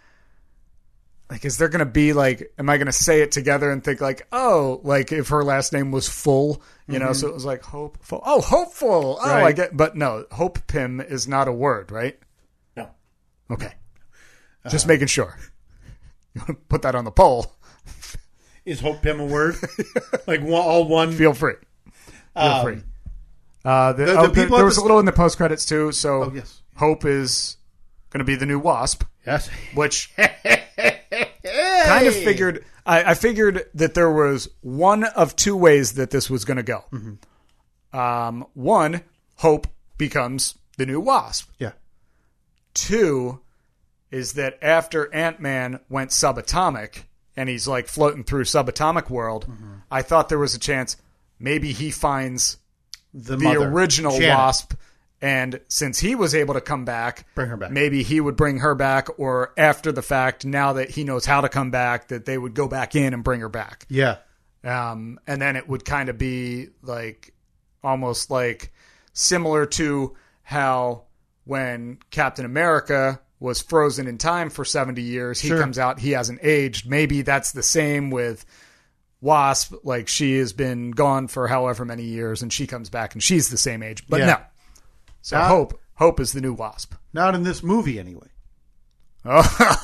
[SPEAKER 4] like is there gonna be like am I gonna say it together and think like, oh, like if her last name was full, you know, so it was like hopeful. Oh, hopeful. Oh, I
[SPEAKER 2] Mm-hmm. Right.
[SPEAKER 4] get but no, hope pim is not a word, right?
[SPEAKER 2] No.
[SPEAKER 4] Okay.
[SPEAKER 2] Uh,
[SPEAKER 4] Just making sure. You want to put that on the poll?
[SPEAKER 2] Is hope him a word? like one, all one.
[SPEAKER 4] Feel free. Feel free. Uh, the,
[SPEAKER 2] Um, the
[SPEAKER 4] oh,
[SPEAKER 2] people
[SPEAKER 4] there-
[SPEAKER 2] at
[SPEAKER 4] there
[SPEAKER 2] the
[SPEAKER 4] was a
[SPEAKER 2] st-
[SPEAKER 4] little in the post credits too. So
[SPEAKER 2] Oh, yes.
[SPEAKER 4] Hope is going to be the new Wasp,
[SPEAKER 2] Yes.
[SPEAKER 4] which kind of figured. I, I figured that there was one of two ways that this was going to go. Um, one, Hope becomes the new Wasp.
[SPEAKER 2] Yeah.
[SPEAKER 4] Two is that after Ant Man went subatomic and he's like floating through subatomic world, I thought there was a chance maybe he finds
[SPEAKER 2] The,
[SPEAKER 4] the
[SPEAKER 2] mother,
[SPEAKER 4] original
[SPEAKER 2] Janet.
[SPEAKER 4] Wasp. And since he was able to come back,
[SPEAKER 2] Bring her back.
[SPEAKER 4] Maybe he would bring her back, or after the fact, now that he knows how to come back, that they would go back in and bring her back.
[SPEAKER 2] Yeah.
[SPEAKER 4] Um, and then it would kind of be like almost like similar to how when Captain America was frozen in time for 70 years, he comes out, he hasn't aged. Maybe that's the same with Wasp. Like she has been gone for however many years and she comes back and she's the same age. But
[SPEAKER 2] Yeah.
[SPEAKER 4] no. So
[SPEAKER 2] Ah.
[SPEAKER 4] Hope, Hope is the new Wasp.
[SPEAKER 2] Not in this movie, anyway.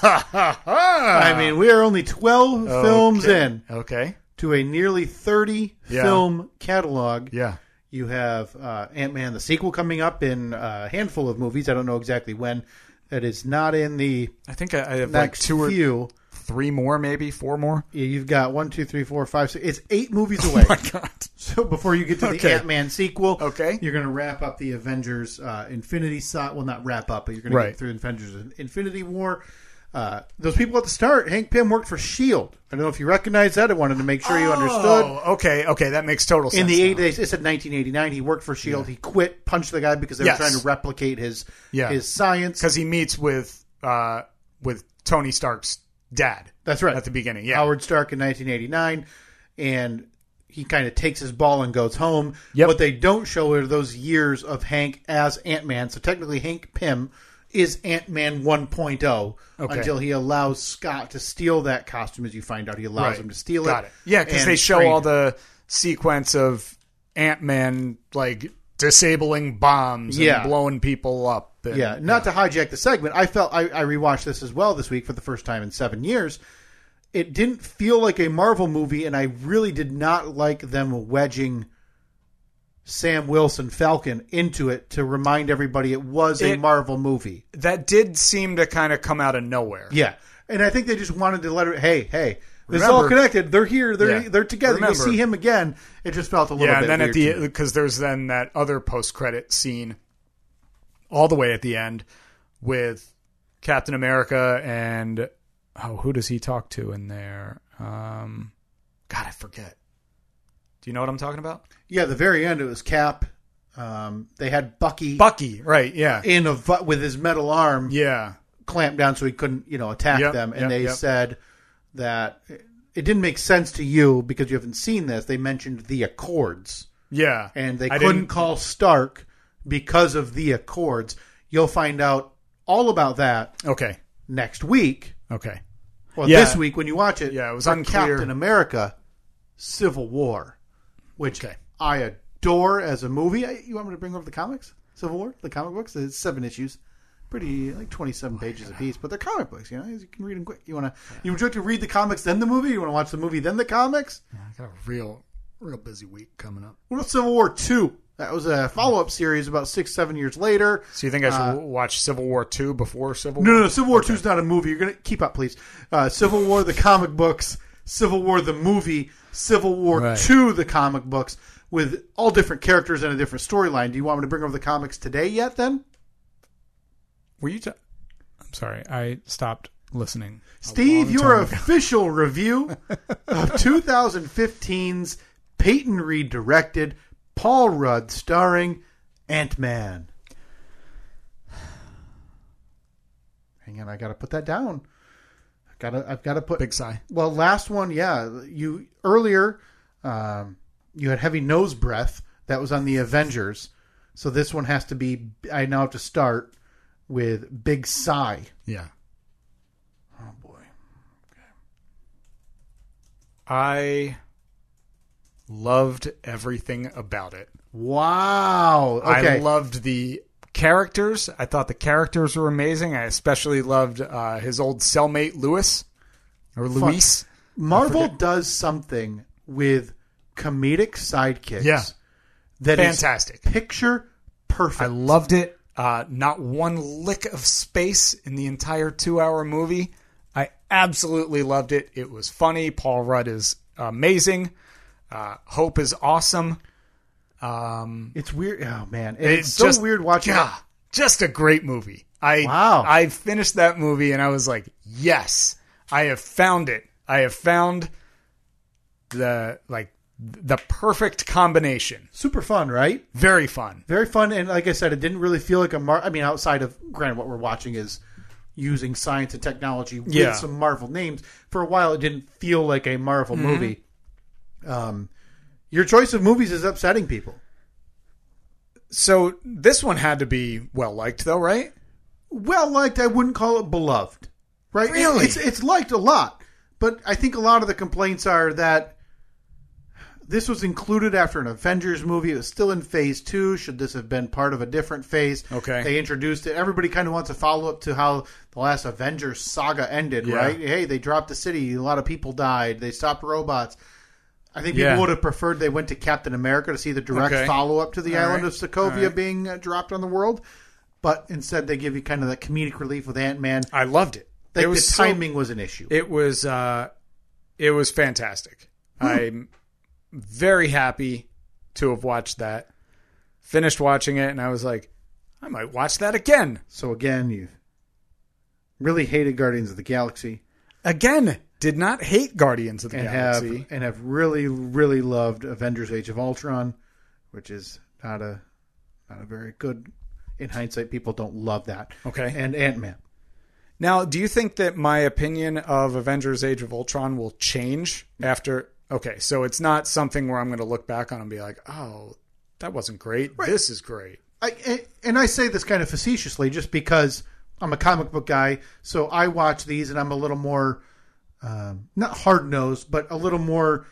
[SPEAKER 4] I
[SPEAKER 2] I mean, we are only 12 films in
[SPEAKER 4] okay.
[SPEAKER 2] to a nearly 30
[SPEAKER 4] Yeah.
[SPEAKER 2] film catalog.
[SPEAKER 4] Yeah.
[SPEAKER 2] You have uh, Ant Man, the sequel coming up in uh, a handful of movies. I don't know exactly when. That is not in the
[SPEAKER 4] I think I, I have like
[SPEAKER 2] next
[SPEAKER 4] two or
[SPEAKER 2] few.
[SPEAKER 4] three more, maybe four more.
[SPEAKER 2] Yeah, you've got one, two, three, four, five, six. It's eight movies away.
[SPEAKER 4] Oh My God.
[SPEAKER 2] so before you get to the
[SPEAKER 4] Okay.
[SPEAKER 2] Ant Man sequel,
[SPEAKER 4] Okay.
[SPEAKER 2] you're going to wrap up the Avengers uh, Infinity Saga. Well, not wrap up, but you're going to
[SPEAKER 4] Right.
[SPEAKER 2] get through Avengers Infinity War. Uh, those people at the start, Hank Pym worked for Shield. I don't know if you recognize that. I wanted to make sure you understood.
[SPEAKER 4] Oh, okay, okay, that makes total sense.
[SPEAKER 2] In the
[SPEAKER 4] now.
[SPEAKER 2] eight days, it said 1989. He worked for Shield. E He quit, punched the guy because they
[SPEAKER 4] Yes.
[SPEAKER 2] were trying to replicate his
[SPEAKER 4] Yeah.
[SPEAKER 2] his science.
[SPEAKER 4] because he meets with uh with Tony Stark's dad.
[SPEAKER 2] That's right.
[SPEAKER 4] at the beginning. Yeah,
[SPEAKER 2] Howard Stark in 1989, and he kind of takes his ball and goes home.
[SPEAKER 4] Yep.
[SPEAKER 2] What they don't show are those years of Hank as Ant Man. So technically, Hank Pym is Ant Man 1.0
[SPEAKER 4] Okay.
[SPEAKER 2] until he allows Scott to steal that costume. As you find out, he allows
[SPEAKER 4] Right.
[SPEAKER 2] him to steal
[SPEAKER 4] got
[SPEAKER 2] it.
[SPEAKER 4] it. Yeah, because
[SPEAKER 2] and
[SPEAKER 4] they show
[SPEAKER 2] train
[SPEAKER 4] all
[SPEAKER 2] him.
[SPEAKER 4] the sequence of Ant Man like disabling bombs and
[SPEAKER 2] Yeah.
[SPEAKER 4] blowing people up. and-
[SPEAKER 2] Yeah, not to hijack the segment, I felt I, I rewatched this as well this week for the first time in seven years. It didn't feel like a Marvel movie, and I really did not like them wedging Sam Wilson Falcon into it to remind everybody it was a
[SPEAKER 4] It-
[SPEAKER 2] Marvel movie.
[SPEAKER 4] that did seem to kind of come out of nowhere.
[SPEAKER 2] Yeah, and I think they just wanted to let her. Hey, hey, this is all
[SPEAKER 4] Remember-
[SPEAKER 2] connected. They're here. They're
[SPEAKER 4] Yeah.
[SPEAKER 2] they're together.
[SPEAKER 4] Remember-
[SPEAKER 2] You see him again. It just felt a little
[SPEAKER 4] yeah,
[SPEAKER 2] bit.
[SPEAKER 4] and then at
[SPEAKER 2] weird to
[SPEAKER 4] the
[SPEAKER 2] me.
[SPEAKER 4] because there's then that other post credit scene, all the way at the end, with Captain America and oh, who does he talk to in there? Um, God, I forget. Do you know what I'm talking about?
[SPEAKER 2] yeah, the very end it was Cap. Um, they had Bucky
[SPEAKER 4] Bucky, right? Yeah,
[SPEAKER 2] in a vi- with his metal arm.
[SPEAKER 4] yeah,
[SPEAKER 2] clamped down so he couldn't, you know, attack
[SPEAKER 4] Yep,
[SPEAKER 2] them. And
[SPEAKER 4] yep,
[SPEAKER 2] they
[SPEAKER 4] yep.
[SPEAKER 2] said that it didn't make sense to you because you haven't seen this. They mentioned the Accords,
[SPEAKER 4] yeah.
[SPEAKER 2] and they
[SPEAKER 4] I
[SPEAKER 2] couldn't
[SPEAKER 4] didn't-
[SPEAKER 2] call Stark because of the Accords. You'll find out all about that
[SPEAKER 4] Okay,
[SPEAKER 2] next week
[SPEAKER 4] okay.
[SPEAKER 2] or
[SPEAKER 4] Yeah.
[SPEAKER 2] this week when you watch it.
[SPEAKER 4] Yeah, it was
[SPEAKER 2] for
[SPEAKER 4] unclear.
[SPEAKER 2] Captain America: Civil War, which
[SPEAKER 4] Okay.
[SPEAKER 2] I adore as a movie. I- You want me to bring over the comics? Civil War, the comic books. It's seven issues, pretty like twenty-seven pages apiece, but they're comic books. You know, you can read them quick. You want to? You enjoy to read the comics then the movie? You want to watch the movie then the comics?
[SPEAKER 3] I got a real, real busy week coming up.
[SPEAKER 2] What about Civil War Two? That was a follow-up series about six, seven years later.
[SPEAKER 4] So you think I should w- watch Civil War two before Civil
[SPEAKER 2] Uh, No,
[SPEAKER 4] War?
[SPEAKER 2] no, no, Civil War Two is not a movie. You're gonna keep up, please. Uh, Civil War the comic books, Civil War the movie, Civil War
[SPEAKER 4] Right.
[SPEAKER 2] Two the comic books with all different characters and a different storyline. Do you want me to bring over the comics today yet? Then
[SPEAKER 4] Were you? Ta- I'm sorry, I stopped listening.
[SPEAKER 2] Steve, your official review of 2015's Peyton Reed directed, Paul Rudd starring Ant Man. Hang on, I gotta put that down. I gotta, I've gotta put
[SPEAKER 4] Big sigh.
[SPEAKER 2] Well, last one, yeah. You earlier, um, you had heavy nose breath. That was on the Avengers. So this one has to be. I now have to start with big sigh.
[SPEAKER 4] Yeah.
[SPEAKER 2] Oh boy.
[SPEAKER 4] I loved everything about it.
[SPEAKER 2] Wow. Okay.
[SPEAKER 4] I loved the characters. I thought the characters were amazing. I especially loved uh, his old cellmate Lewis or Luis.
[SPEAKER 2] Marvel does something with comedic sidekicks.
[SPEAKER 4] Yeah.
[SPEAKER 2] that is
[SPEAKER 4] Fantastic.
[SPEAKER 2] picture perfect.
[SPEAKER 4] I loved it. Uh, not one lick of space in the entire two-hour movie. I absolutely loved it. It was funny. Paul Rudd is amazing. Uh, Hope is awesome.
[SPEAKER 2] it's weird. Oh man, And it's, so
[SPEAKER 4] just-
[SPEAKER 2] weird watching.
[SPEAKER 4] Yeah, just a great movie. I
[SPEAKER 2] Wow.
[SPEAKER 4] I finished that movie and I was like, yes, I have found it. I have found the like the perfect combination.
[SPEAKER 2] it. Super fun, right?
[SPEAKER 4] Very fun.
[SPEAKER 2] Very fun, and like I said, it didn't really feel like a Mar. I mean, outside of granted, what we're watching is using science and technology with
[SPEAKER 4] Yeah.
[SPEAKER 2] some Marvel names. For a while, it didn't feel like a Marvel movie. Um, your choice of movies is upsetting people.
[SPEAKER 4] So this one had to be well liked though, right?
[SPEAKER 2] well liked. I wouldn't call it beloved, right?
[SPEAKER 4] Really?
[SPEAKER 2] it's it's liked a lot, but I think a lot of the complaints are that this was included after an Avengers movie. It was still in Phase Two. Should this have been part of a different phase?
[SPEAKER 4] Okay.
[SPEAKER 2] they introduced it. Everybody kind of wants a follow up to how the last Avengers saga ended,
[SPEAKER 4] Yeah.
[SPEAKER 2] right? Hey, they dropped the city. A lot of people died. They stopped robots. I think people
[SPEAKER 4] Yeah.
[SPEAKER 2] would have preferred they went to Captain America to see the direct
[SPEAKER 4] Okay.
[SPEAKER 2] follow up to the
[SPEAKER 4] All
[SPEAKER 2] island
[SPEAKER 4] right.
[SPEAKER 2] of Sokovia being uh, dropped on the world but instead they give you kind of that comedic relief with Ant Man.
[SPEAKER 4] I loved it.
[SPEAKER 2] Like
[SPEAKER 4] it was
[SPEAKER 2] the
[SPEAKER 4] so-
[SPEAKER 2] timing was an issue.
[SPEAKER 4] it was uh, it was fantastic.
[SPEAKER 2] Hmm.
[SPEAKER 4] I'm very happy to have watched that. Finished watching it and I was like, I might watch that again.
[SPEAKER 2] so again, you really hated Guardians of the Galaxy
[SPEAKER 4] again did not hate Guardians of the
[SPEAKER 2] and
[SPEAKER 4] Galaxy.
[SPEAKER 2] have and have really really loved Avengers: Age of Ultron, which is not a not a very good. In hindsight, people don't love that.
[SPEAKER 4] Okay.
[SPEAKER 2] and Ant Man.
[SPEAKER 4] now, do you think that my opinion of Avengers: Age of Ultron will change after? Okay, so it's not something where I'm going to look back on and be like, "Oh, that wasn't great. This is great."
[SPEAKER 2] I, I- and I say this kind of facetiously just because I'm a comic book guy, so I watch these and I'm a little more um, not hard nosed, but a little more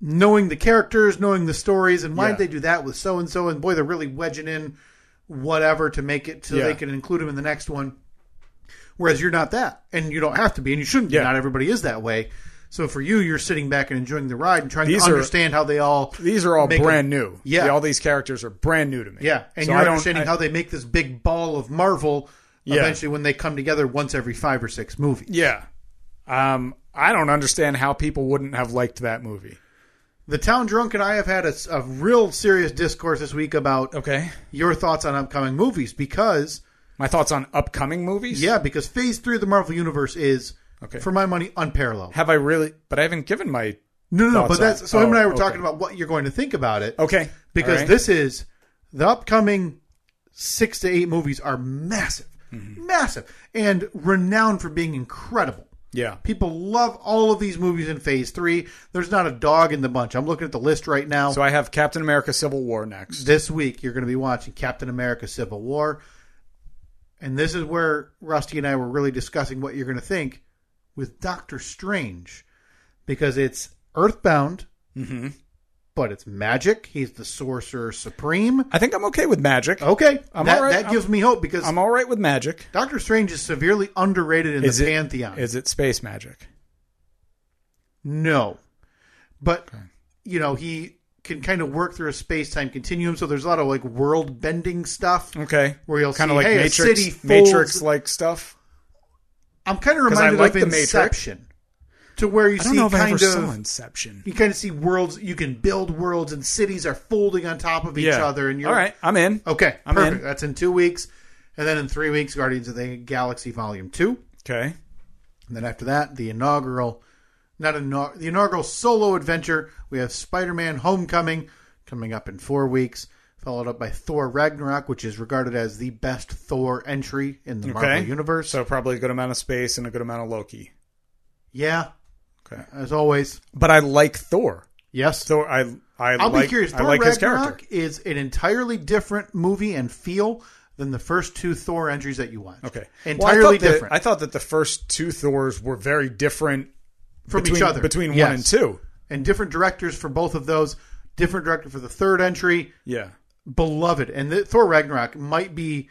[SPEAKER 2] knowing the characters, knowing the stories, and why
[SPEAKER 4] Yeah.
[SPEAKER 2] would they do that with so and so, and boy, they're really wedging in whatever to make it so
[SPEAKER 4] Yeah.
[SPEAKER 2] they can include them in the next one. Whereas you're not that, and you don't have to be, and you shouldn't be.
[SPEAKER 4] Yeah.
[SPEAKER 2] Not everybody is that way. So for you, you're sitting back and enjoying the ride and trying
[SPEAKER 4] These
[SPEAKER 2] to
[SPEAKER 4] are-
[SPEAKER 2] understand how they all
[SPEAKER 4] These are all
[SPEAKER 2] Make 'em-
[SPEAKER 4] brand new.
[SPEAKER 2] Yeah.
[SPEAKER 4] all these characters are brand new to me.
[SPEAKER 2] yeah, and
[SPEAKER 4] So
[SPEAKER 2] you're
[SPEAKER 4] I don't-
[SPEAKER 2] understanding
[SPEAKER 4] I-
[SPEAKER 2] how they make this big ball of Marvel
[SPEAKER 4] Yeah.
[SPEAKER 2] eventually when they come together once every five or six movies.
[SPEAKER 4] Yeah, um, I don't understand how people wouldn't have liked that movie.
[SPEAKER 2] The Town Drunk and I have had a, s- a real serious discourse this week about
[SPEAKER 4] Okay,
[SPEAKER 2] your thoughts on upcoming movies because,
[SPEAKER 4] my thoughts on upcoming movies.
[SPEAKER 2] yeah, because Phase 3 of the Marvel Universe is,
[SPEAKER 4] Okay.
[SPEAKER 2] for my money, unparalleled.
[SPEAKER 4] have I really? But I haven't given my.
[SPEAKER 2] No, no, no,
[SPEAKER 4] Thoughts
[SPEAKER 2] but that's,
[SPEAKER 4] on-
[SPEAKER 2] so him and
[SPEAKER 4] oh,
[SPEAKER 2] I were
[SPEAKER 4] okay.
[SPEAKER 2] talking about what you're going to think about it.
[SPEAKER 4] Okay,
[SPEAKER 2] because
[SPEAKER 4] All right.
[SPEAKER 2] this is the upcoming six to eight movies are massive,
[SPEAKER 4] Mm-hmm.
[SPEAKER 2] massive, and renowned for being incredible.
[SPEAKER 4] Yeah.
[SPEAKER 2] People love all of these movies in phase three. There's not a dog in the bunch. I'm looking at the list right now.
[SPEAKER 4] So I have Captain America: Civil War next.
[SPEAKER 2] this week, you're going to be watching Captain America Civil War. And this is where Rusty and I were really discussing what you're going to think with Doctor Strange because it's earthbound,
[SPEAKER 4] Mm-hmm.
[SPEAKER 2] but it's magic. He's the sorcerer supreme.
[SPEAKER 4] I think I'm okay with magic.
[SPEAKER 2] Okay,
[SPEAKER 4] I'm
[SPEAKER 2] that,
[SPEAKER 4] all right.
[SPEAKER 2] that gives me hope because
[SPEAKER 4] I'm all right with magic.
[SPEAKER 2] Doctor Strange is severely underrated in
[SPEAKER 4] Is
[SPEAKER 2] the
[SPEAKER 4] it-
[SPEAKER 2] pantheon.
[SPEAKER 4] Is it space magic?
[SPEAKER 2] no, but you know he can kind of work through a space time continuum. So there's a lot of like world bending stuff.
[SPEAKER 4] Okay.
[SPEAKER 2] Where you'll
[SPEAKER 4] kind
[SPEAKER 2] see,
[SPEAKER 4] of Mm-hmm. like
[SPEAKER 2] hey, a
[SPEAKER 4] Matrix,
[SPEAKER 2] city folds-
[SPEAKER 4] Matrix like stuff.
[SPEAKER 2] I'm kind of
[SPEAKER 4] 'Cause I
[SPEAKER 2] reminded
[SPEAKER 4] like
[SPEAKER 2] of
[SPEAKER 4] the Matrix.
[SPEAKER 2] Inception, to where you
[SPEAKER 4] I
[SPEAKER 2] see
[SPEAKER 4] don't know if I
[SPEAKER 2] kind
[SPEAKER 4] ever
[SPEAKER 2] of
[SPEAKER 4] saw Inception.
[SPEAKER 2] you kind of see worlds. You can build worlds, and cities are folding on top of each other. And you're
[SPEAKER 4] all right. I'm in.
[SPEAKER 2] Okay,
[SPEAKER 4] I'm
[SPEAKER 2] perfect.
[SPEAKER 4] in.
[SPEAKER 2] That's in two weeks, and then in three weeks, Guardians of the Galaxy Volume Two.
[SPEAKER 4] Okay.
[SPEAKER 2] And then after that, the inaugural, not inaug- the inaugural solo adventure. We have Spider-Man: Homecoming coming up in four weeks, followed up by Thor: Ragnarok, which is regarded as the best Thor entry in the
[SPEAKER 4] Okay.
[SPEAKER 2] Marvel universe.
[SPEAKER 4] So probably a good amount of space and a good amount of Loki.
[SPEAKER 2] Yeah,
[SPEAKER 4] Okay.
[SPEAKER 2] as always.
[SPEAKER 4] But I like Thor.
[SPEAKER 2] Yes,
[SPEAKER 4] Thor. I I
[SPEAKER 2] I'll
[SPEAKER 4] like.
[SPEAKER 2] be curious. Thor
[SPEAKER 4] I like his
[SPEAKER 2] Ragnarok
[SPEAKER 4] character.
[SPEAKER 2] is an entirely different movie and feel than the first two Thor entries that you watched.
[SPEAKER 4] Okay. Well, I
[SPEAKER 2] entirely
[SPEAKER 4] thought that-
[SPEAKER 2] different
[SPEAKER 4] I thought that the first two Thors were very different
[SPEAKER 2] from
[SPEAKER 4] between,
[SPEAKER 2] each other
[SPEAKER 4] between
[SPEAKER 2] Yes.
[SPEAKER 4] one and two.
[SPEAKER 2] and different directors for both of those. Different director for the third entry.
[SPEAKER 4] Yeah.
[SPEAKER 2] beloved, and the, Thor Ragnarok might be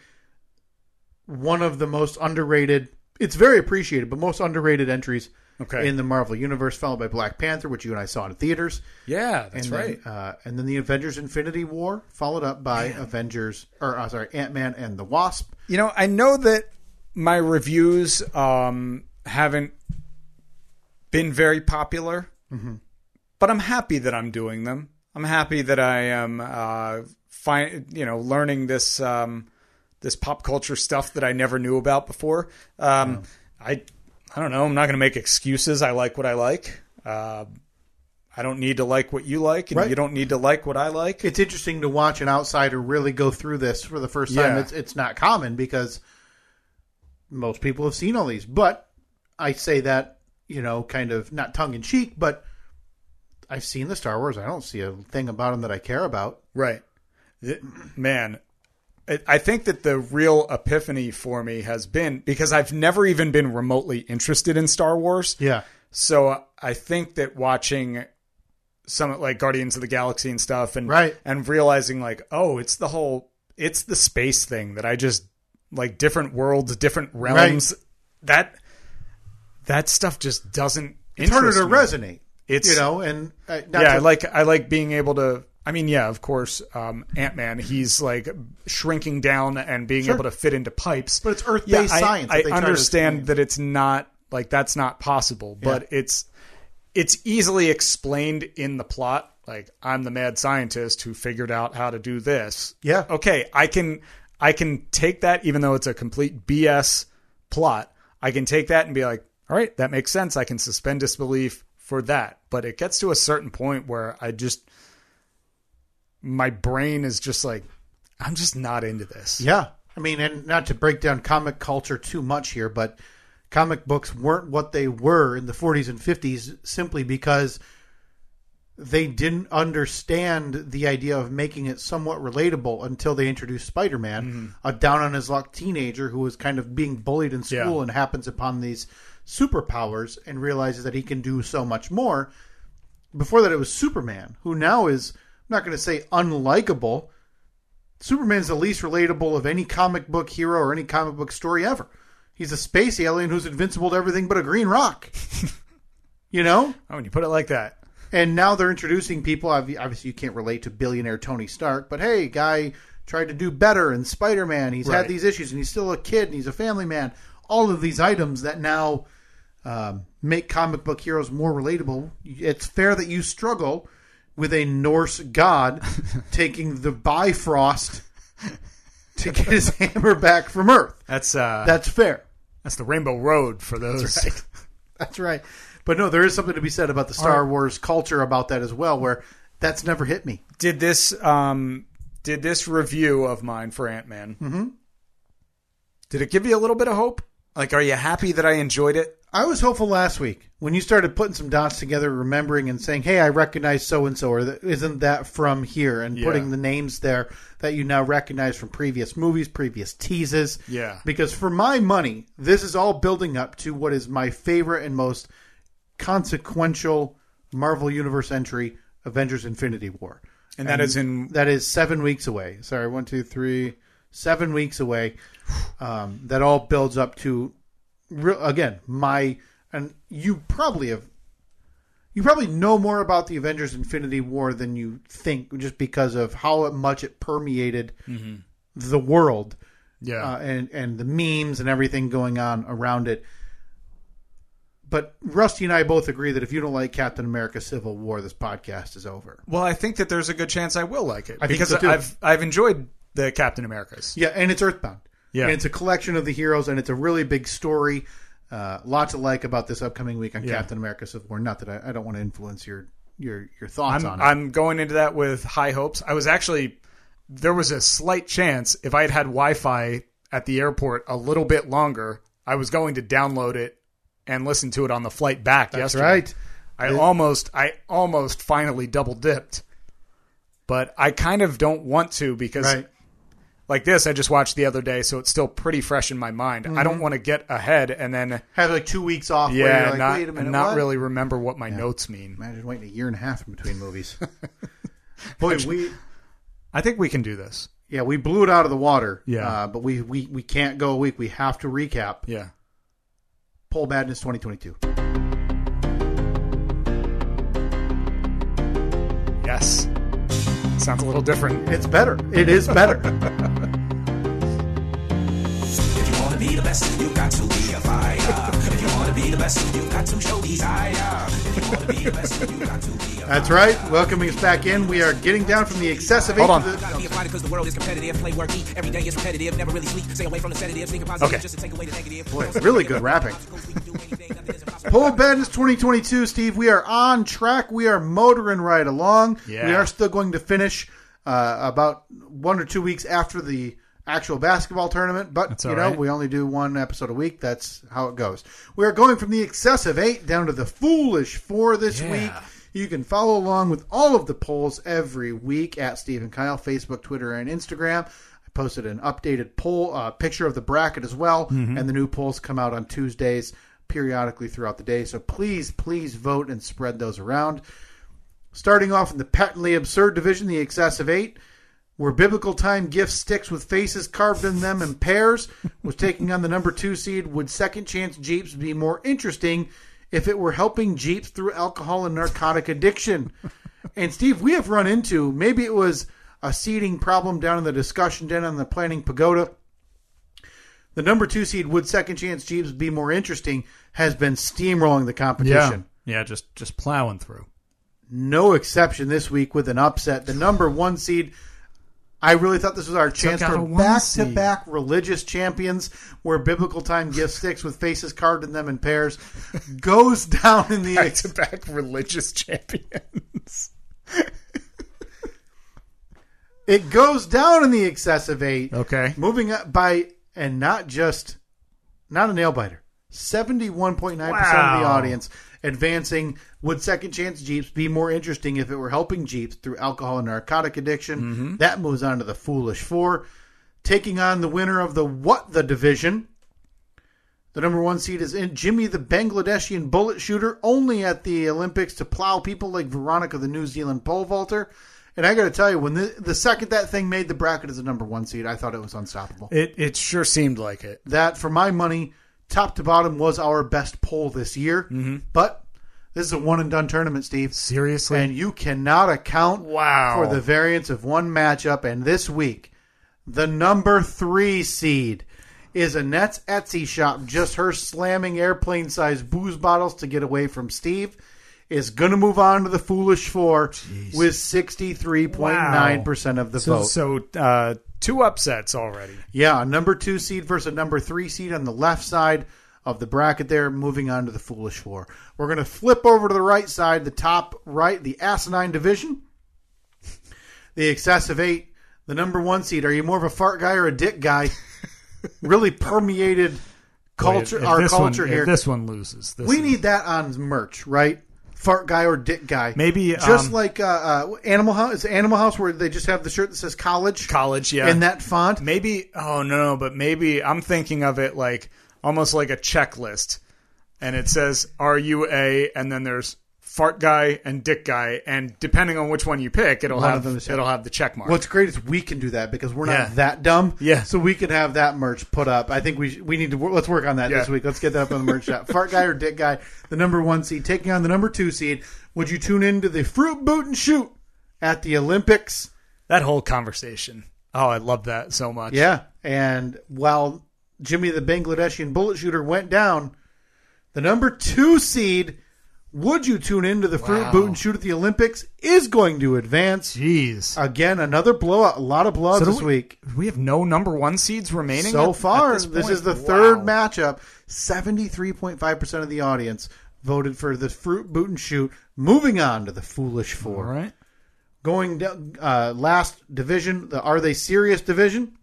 [SPEAKER 2] one of the most underrated. It's very appreciated, but most underrated entries
[SPEAKER 4] Okay.
[SPEAKER 2] in the Marvel universe, followed by Black Panther, which you and I saw in theaters.
[SPEAKER 4] yeah, that's
[SPEAKER 2] and
[SPEAKER 4] right.
[SPEAKER 2] Then, uh, and then the Avengers: Infinity War, followed up by Avengers, or uh, sorry, Ant Man and the Wasp.
[SPEAKER 4] You know, I know that my reviews um, haven't been very popular, but I'm happy that I'm doing them. I'm happy that I am, uh, fi- you know, learning this um, this pop culture stuff that I never knew about before. Um, I I don't know. I'm not going to make excuses. I like what I like. Uh, I don't need to like what you like, and
[SPEAKER 2] Right.
[SPEAKER 4] you don't need to like what I like.
[SPEAKER 2] It's interesting to watch an outsider really go through this for the first time.
[SPEAKER 4] Yeah.
[SPEAKER 2] It's it's not common because most people have seen all these. But I say that you know, kind of not tongue in cheek, but I've seen the Star Wars. I don't see a thing about them that I care about.
[SPEAKER 4] Right. Th- Man, I- I think that the real epiphany for me has been because I've never even been remotely interested in Star Wars.
[SPEAKER 2] Yeah,
[SPEAKER 4] So uh, I think that watching some like Guardians of the Galaxy and stuff and
[SPEAKER 2] Right.
[SPEAKER 4] and realizing like, oh, it's the whole it's the space thing that I just like different worlds, different realms. That that stuff just doesn't
[SPEAKER 2] it's harder to
[SPEAKER 4] interest me.
[SPEAKER 2] resonate.
[SPEAKER 4] It's-
[SPEAKER 2] you know, and uh, not
[SPEAKER 4] Yeah, I
[SPEAKER 2] to-
[SPEAKER 4] like I like being able to. I mean, yeah, of course, um, Ant Man. He's like shrinking down and being able to fit into pipes.
[SPEAKER 2] But it's Earth-based
[SPEAKER 4] Yeah, I-
[SPEAKER 2] science that
[SPEAKER 4] I
[SPEAKER 2] they try to
[SPEAKER 4] understand
[SPEAKER 2] explain.
[SPEAKER 4] that it's not like that's not possible, but it's it's easily explained in the plot. Like I'm the mad scientist who figured out how to do this.
[SPEAKER 2] Yeah.
[SPEAKER 4] Okay, I can I can take that, even though it's a complete BS plot. I can take that and be like, all right, that makes sense. I can suspend disbelief for that. But it gets to a certain point where I just my brain is just like, I'm just not into this.
[SPEAKER 2] Yeah. I mean, and not to break down comic culture too much here, but comic books weren't what they were in the 40s and 50s simply because they didn't understand the idea of making it somewhat relatable until they introduced Spider Man, a down on his luck teenager who was kind of being bullied in school
[SPEAKER 4] Yeah.
[SPEAKER 2] and happens upon these superpowers and realizes that he can do so much more. Before that, it was Superman, who now is, I'm not going to say unlikable, Superman's the least relatable of any comic book hero or any comic book story ever. He's a space alien who's invincible to everything but a green rock. you know?
[SPEAKER 4] Oh, when you put it like that.
[SPEAKER 2] And now they're introducing people. obvi- Obviously, you can't relate to billionaire Tony Stark, but hey, guy tried to do better in Spider Man. He's
[SPEAKER 4] Right.
[SPEAKER 2] had these issues, and he's still a kid, and he's a family man. All of these items that now um, make comic book heroes more relatable. It's fair that you struggle with a Norse god taking the Bifrost to get his hammer back from Earth.
[SPEAKER 4] That's uh
[SPEAKER 2] That's fair.
[SPEAKER 4] that's the Rainbow Road for those.
[SPEAKER 2] That's right. But no, there is something to be said about the Star Wars culture about that as well, where that's never hit me.
[SPEAKER 4] did this um did this review of mine for Ant Man? Mm-hmm. Did it give you a little bit of hope? Like, are you happy that I enjoyed it?
[SPEAKER 2] I was hopeful last week when you started putting some dots together, remembering and saying, "Hey, I recognize so and so," or th- "Isn't that from here?" and putting the names there that you now recognize from previous movies, previous teases.
[SPEAKER 4] Yeah.
[SPEAKER 2] Because for my money, this is all building up to what is my favorite and most consequential Marvel Universe entry, Avengers: Infinity War.
[SPEAKER 4] And that is in
[SPEAKER 2] That is seven weeks away. Sorry, one, two, three, seven weeks away. Um, that all builds up to, real, again, my and you probably have, you probably know more about the Avengers: Infinity War than you think, just because of how much it permeated the world
[SPEAKER 4] Mm-hmm. yeah.
[SPEAKER 2] uh, and and the memes and everything going on around it. But Rusty and I both agree that if you don't like Captain America: Civil War, this podcast is over.
[SPEAKER 4] well, I think that there's a good chance I will like it
[SPEAKER 2] I think
[SPEAKER 4] because
[SPEAKER 2] so, too.
[SPEAKER 4] I've I've enjoyed the Captain Americas.
[SPEAKER 2] Yeah, and it's Earthbound.
[SPEAKER 4] Yeah.
[SPEAKER 2] and it's a collection of the heroes, and it's a really big story. Uh, lots to like about this upcoming week on Captain America: Civil War. Not that I, I don't want to influence your your your thoughts on it.
[SPEAKER 4] I'm going into that with high hopes. I was actually there was a slight chance if I had had Wi-Fi at the airport a little bit longer, I was going to download it and listen to it on the flight back. That's yesterday.
[SPEAKER 2] right.
[SPEAKER 4] I almost I almost finally double dipped. But I kind of don't want to because
[SPEAKER 2] Right.
[SPEAKER 4] like this I just watched the other day, so it's still pretty fresh in my mind. I don't want to get ahead and then
[SPEAKER 2] Have like two weeks off. Mm-hmm. where
[SPEAKER 4] yeah,
[SPEAKER 2] you're like,
[SPEAKER 4] not,
[SPEAKER 2] Wait a minute,
[SPEAKER 4] and not
[SPEAKER 2] what?
[SPEAKER 4] really remember what my notes mean.
[SPEAKER 2] Imagine waiting a year and a half in between movies. Boy, we
[SPEAKER 4] I think we can do this.
[SPEAKER 2] Yeah, we blew it out of the water.
[SPEAKER 4] Yeah.
[SPEAKER 2] Uh, but we, we, we can't go a week. We have to recap
[SPEAKER 4] Yeah.
[SPEAKER 2] Poll Madness 2022.
[SPEAKER 4] Yes. Sounds a little different.
[SPEAKER 2] It's better. It is better.
[SPEAKER 5] If you wanna be the best, you got to be a fighter. If you wanna be the best, you got to show desire. If you wanna be the best, you got to be a
[SPEAKER 2] That's right. Welcoming us back in. We are getting down from the excessive
[SPEAKER 4] Hold
[SPEAKER 2] age
[SPEAKER 4] on.
[SPEAKER 2] to the-
[SPEAKER 5] Gotta be a fighter 'cause the world is competitive. Play work, eat. Every day is repetitive. Never really sleep. Stay away from the sedative. Think positive
[SPEAKER 4] Okay.
[SPEAKER 5] just to take away the negative.
[SPEAKER 2] Boy, really good rapping.
[SPEAKER 5] Obstacles, we can do anything. Nothing is impossible.
[SPEAKER 2] Poll Madness 2022, Steve. We are on track. We are motoring right along.
[SPEAKER 4] Yeah.
[SPEAKER 2] We are still going to finish uh, about one or two weeks after the actual basketball tournament, but
[SPEAKER 4] That's
[SPEAKER 2] you
[SPEAKER 4] all
[SPEAKER 2] know
[SPEAKER 4] right.
[SPEAKER 2] we only do one episode a week. That's how it goes. We are going from the excessive eight down to the foolish four this
[SPEAKER 4] Yeah.
[SPEAKER 2] week. You can follow along with all of the polls every week at Steve and Kyle, Facebook, Twitter, and Instagram. I posted an updated poll uh, picture of the bracket as well, and the new polls come out on Tuesdays periodically throughout the day. So please, please vote and spread those around. Starting off in the patently absurd division, the excessive eight, where biblical time gift sticks with faces carved in them in pairs was taking on the number two seed. Would second chance Jeeps be more interesting if it were helping Jeeps through alcohol and narcotic addiction? and Steve, we have run into maybe it was a seeding problem down in the discussion den on the planning pagoda. The number two seed would second chance Jeeps be more interesting has been steamrolling the competition
[SPEAKER 4] Yeah, just just plowing through.
[SPEAKER 2] no exception this week with an upset. The number one seed. I really thought this was our chance
[SPEAKER 4] out
[SPEAKER 2] for
[SPEAKER 4] a one
[SPEAKER 2] back to
[SPEAKER 4] seed.
[SPEAKER 2] back religious champions where biblical time gift sticks with faces carved in them in pairs goes down in the
[SPEAKER 4] Back to back religious champions.
[SPEAKER 2] it goes down in the excessive eight.
[SPEAKER 4] Okay.
[SPEAKER 2] Moving up by and not just not a nail biter. Seventy one point nine percent of the
[SPEAKER 4] Wow.
[SPEAKER 2] audience advancing would second chance Jeeps be more interesting if it were helping Jeeps through alcohol and narcotic addiction. That moves on to the Foolish Four. Taking on the winner of the What the Division. The number one seed is in Jimmy the Bangladeshi bullet shooter, only at the Olympics to plow people like Veronica the New Zealand pole vaulter. And I got to tell you, when the, the second that thing made the bracket as a number one seed, I thought it was unstoppable.
[SPEAKER 4] It it sure seemed like it.
[SPEAKER 2] That, for my money, top to bottom was our best poll this year. But this is a one and done tournament, Steve.
[SPEAKER 4] Seriously?
[SPEAKER 2] And you cannot account
[SPEAKER 4] Wow.
[SPEAKER 2] for the variance of one matchup. And this week, the number three seed is Annette's Etsy shop. Just her slamming airplane sized booze bottles to get away from Steve is going to move on to the Foolish Four with 63.9% of the
[SPEAKER 4] so
[SPEAKER 2] vote.
[SPEAKER 4] so uh, two upsets already.
[SPEAKER 2] Yeah, a number two seed versus a number three seed on the left side of the bracket there, moving on to the Foolish Four. We're going to flip over to the right side, the top right, the Asinine Division. The Excessive Eight, the number one seed. Are you more of a fart guy or a dick guy? really permeated culture,
[SPEAKER 4] If- if
[SPEAKER 2] our
[SPEAKER 4] this one-
[SPEAKER 2] culture
[SPEAKER 4] if
[SPEAKER 2] here.
[SPEAKER 4] this one loses. This
[SPEAKER 2] we need that on merch, right? Fart guy or dick guy.
[SPEAKER 4] Maybe,
[SPEAKER 2] Just
[SPEAKER 4] um,
[SPEAKER 2] like uh, uh, Animal House. It's Animal House where they just have the shirt that says college,
[SPEAKER 4] college. Yeah,
[SPEAKER 2] in that font.
[SPEAKER 4] Maybe oh no, but maybe I'm thinking of it like almost like a checklist. And it says are you a and then there's fart guy and dick guy and depending on which one you pick it'll
[SPEAKER 2] One
[SPEAKER 4] have
[SPEAKER 2] of them is-
[SPEAKER 4] it'll have the check mark.
[SPEAKER 2] What's great is we can do that because we're
[SPEAKER 4] Yeah.
[SPEAKER 2] not that dumb.
[SPEAKER 4] Yeah.
[SPEAKER 2] So we could have that merch put up. I think we sh- we need to wor- let's work on that
[SPEAKER 4] Yeah.
[SPEAKER 2] this week. Let's get that up on the merch shop. Fart guy or dick guy, the number one seed taking on the number two seed. Would you tune into the fruit boot and shoot at the Olympics?
[SPEAKER 4] that whole conversation. Oh, I love that so much.
[SPEAKER 2] Yeah. And while Jimmy the Bangladeshi bullet shooter went down, the number two seed. Would you tune into the fruit
[SPEAKER 4] Wow.
[SPEAKER 2] boot and shoot at the Olympics? Is going to advance
[SPEAKER 4] Jeez.
[SPEAKER 2] again. Another blowout. A lot of blowouts
[SPEAKER 4] So do
[SPEAKER 2] this
[SPEAKER 4] we-
[SPEAKER 2] week.
[SPEAKER 4] We have no number 1 seeds remaining at-
[SPEAKER 2] so
[SPEAKER 4] at
[SPEAKER 2] far.
[SPEAKER 4] this,
[SPEAKER 2] This,
[SPEAKER 4] point.
[SPEAKER 2] is the
[SPEAKER 4] Wow.
[SPEAKER 2] third matchup. Seventy-three point five percent of the audience voted for the fruit boot and shoot. Moving on to the foolish
[SPEAKER 4] All
[SPEAKER 2] four.
[SPEAKER 4] right.
[SPEAKER 2] Going down, uh, last division, the are they serious division?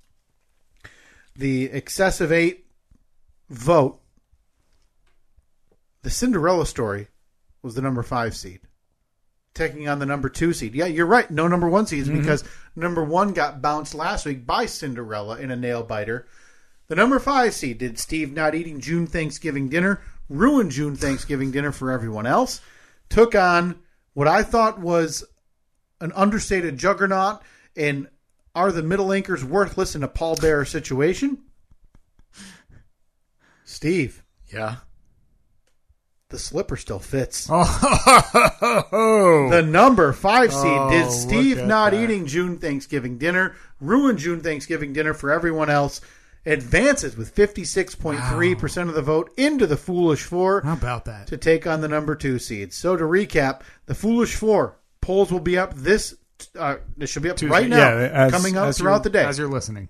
[SPEAKER 2] The excessive eight vote. The Cinderella story was the number five seed. Taking on the number two seed. Yeah, you're right. No number one seeds because number one got bounced last week by Cinderella in a nail biter. The number five seed did Steve not eating June Thanksgiving dinner ruin June Thanksgiving dinner for everyone else. Took on what I thought was an understated juggernaut and Are the middle anchors worthless in a pallbearer situation? Steve,
[SPEAKER 4] Yeah.
[SPEAKER 2] the slipper still fits.
[SPEAKER 4] Oh,
[SPEAKER 2] The number five seed.
[SPEAKER 4] Oh,
[SPEAKER 2] Did
[SPEAKER 4] look
[SPEAKER 2] Steve
[SPEAKER 4] at
[SPEAKER 2] not
[SPEAKER 4] that.
[SPEAKER 2] eating June Thanksgiving dinner ruin June Thanksgiving dinner for everyone else? Advances with 56.3% of the vote into the Foolish Four
[SPEAKER 3] How about that?
[SPEAKER 2] to take on the number two seed. So to recap, the Foolish Four polls will be up this. Uh, this should be up right now,
[SPEAKER 4] as-
[SPEAKER 2] coming up
[SPEAKER 4] as
[SPEAKER 2] throughout the
[SPEAKER 4] you're-
[SPEAKER 2] day.
[SPEAKER 4] As you're listening,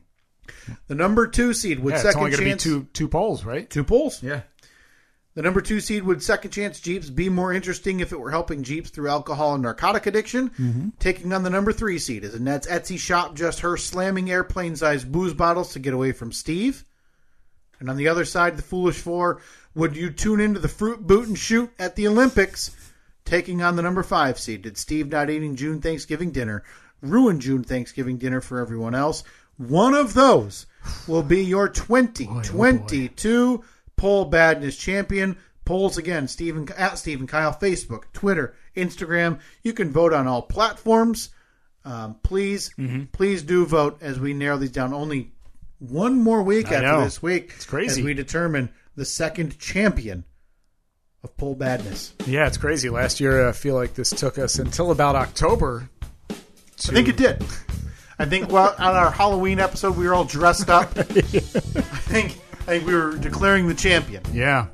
[SPEAKER 2] The number two seed would
[SPEAKER 4] yeah, it's
[SPEAKER 2] second
[SPEAKER 4] only going to be
[SPEAKER 2] chance
[SPEAKER 4] two two polls, right?
[SPEAKER 2] two polls.
[SPEAKER 4] Yeah.
[SPEAKER 2] The number two seed would second chance Jeeps be more interesting if it were helping Jeeps through alcohol and narcotic addiction.
[SPEAKER 4] Mm-hmm.
[SPEAKER 2] Taking on the number three seed is Annette's Etsy shop, just her slamming airplane sized booze bottles to get away from Steve. And on the other side, the Foolish Four, would you tune into the fruit boot and shoot at the Olympics? Taking on the number five seed. Did Steve not eating June Thanksgiving dinner ruin June Thanksgiving dinner for everyone else? One of those will be your 2022 Poll Badness Champion. Polls again, Stephen at Stephen Kyle, Facebook, Twitter, Instagram. You can vote on all platforms. Um, please,
[SPEAKER 4] Mm-hmm.
[SPEAKER 2] please do vote as we narrow these down. Only one more week
[SPEAKER 4] I
[SPEAKER 2] after
[SPEAKER 4] know.
[SPEAKER 2] this week. It's
[SPEAKER 4] crazy.
[SPEAKER 2] As we determine the second champion of Pull Badness.
[SPEAKER 4] Yeah, it's crazy. Last year, I feel like this took us until about October. To,
[SPEAKER 2] I think it did. I think well on our Halloween episode we were all dressed up. I think I think we were declaring the champion.
[SPEAKER 4] Yeah.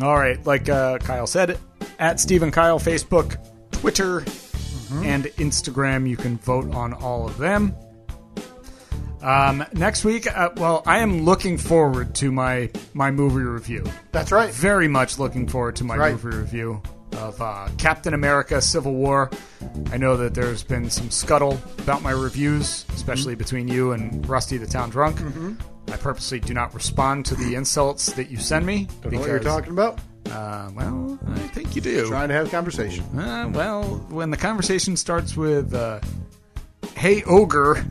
[SPEAKER 4] All right. Like uh, Kyle said, at Stephen Kyle, Facebook, Twitter,
[SPEAKER 2] Mm-hmm.
[SPEAKER 4] and Instagram. You can vote on all of them. Um, next week, uh, well, I am looking forward to my my movie review.
[SPEAKER 2] That's right.
[SPEAKER 4] Very much looking forward to my
[SPEAKER 2] Right.
[SPEAKER 4] movie review of uh, Captain America: Civil War. I know that there's been some scuttle about my reviews,
[SPEAKER 2] Mm-hmm.
[SPEAKER 4] especially between you and Rusty the Town Drunk. I purposely do not respond to the insults that you send me
[SPEAKER 2] Don't know what you're talking about?
[SPEAKER 4] uh, well, I think you do.
[SPEAKER 2] Trying to have a conversation.
[SPEAKER 4] Uh, well, when the conversation starts with, uh, hey, ogre,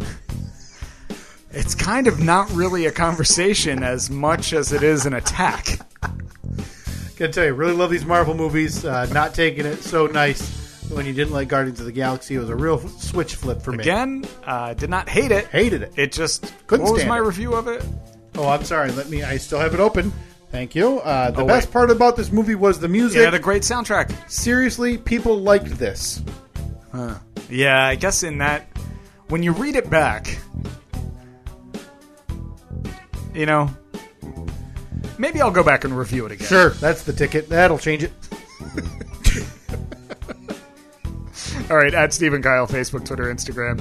[SPEAKER 4] it's kind of not really a conversation as much as it is an attack.
[SPEAKER 2] Gotta tell you, really love these Marvel movies. Uh, not taking it so nice when you didn't like Guardians of the Galaxy. It was a real f- switch flip for me.
[SPEAKER 4] Again, uh, did not hate it.
[SPEAKER 2] Hated it.
[SPEAKER 4] It just,
[SPEAKER 2] Couldn't
[SPEAKER 4] what was
[SPEAKER 2] stand
[SPEAKER 4] my
[SPEAKER 2] it.
[SPEAKER 4] review of it?
[SPEAKER 2] Oh, I'm sorry. Let me. I still have it open. Thank you. Uh, the
[SPEAKER 4] Oh,
[SPEAKER 2] best
[SPEAKER 4] wait.
[SPEAKER 2] part about this movie was the
[SPEAKER 4] It
[SPEAKER 2] music.
[SPEAKER 4] had a great soundtrack.
[SPEAKER 2] Seriously, people liked this.
[SPEAKER 4] Yeah, I guess in that, when you read it back, you know, maybe I'll go back and review it again.
[SPEAKER 2] Sure, that's the ticket. That'll change it.
[SPEAKER 4] All right, at Stephen Kyle, Facebook, Twitter, Instagram.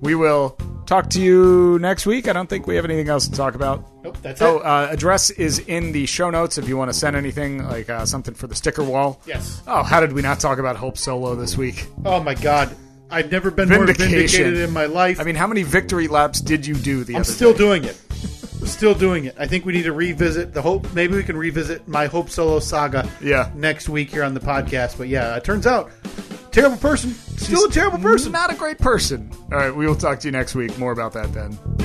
[SPEAKER 4] We will talk to you next week. I don't think we have anything else to talk about.
[SPEAKER 2] Nope, that's
[SPEAKER 4] Oh,
[SPEAKER 2] it.
[SPEAKER 4] uh, address is in the show notes if you want to send anything, like uh, something for the sticker wall.
[SPEAKER 2] Yes.
[SPEAKER 4] Oh, how did we not talk about Hope Solo this week?
[SPEAKER 2] Oh my god, I've never been more
[SPEAKER 4] Vindication.
[SPEAKER 2] vindicated in my life.
[SPEAKER 4] I mean, how many victory laps did you do the
[SPEAKER 2] I'm
[SPEAKER 4] other
[SPEAKER 2] still
[SPEAKER 4] day?
[SPEAKER 2] doing it. Still doing it. I think we need to revisit the hope. Maybe we can revisit my Hope Solo saga.
[SPEAKER 4] Yeah.
[SPEAKER 2] next week here on the podcast. But yeah, it turns out terrible person, still a terrible person.
[SPEAKER 4] Not a great person. All right, we will talk to you next week. More about that then.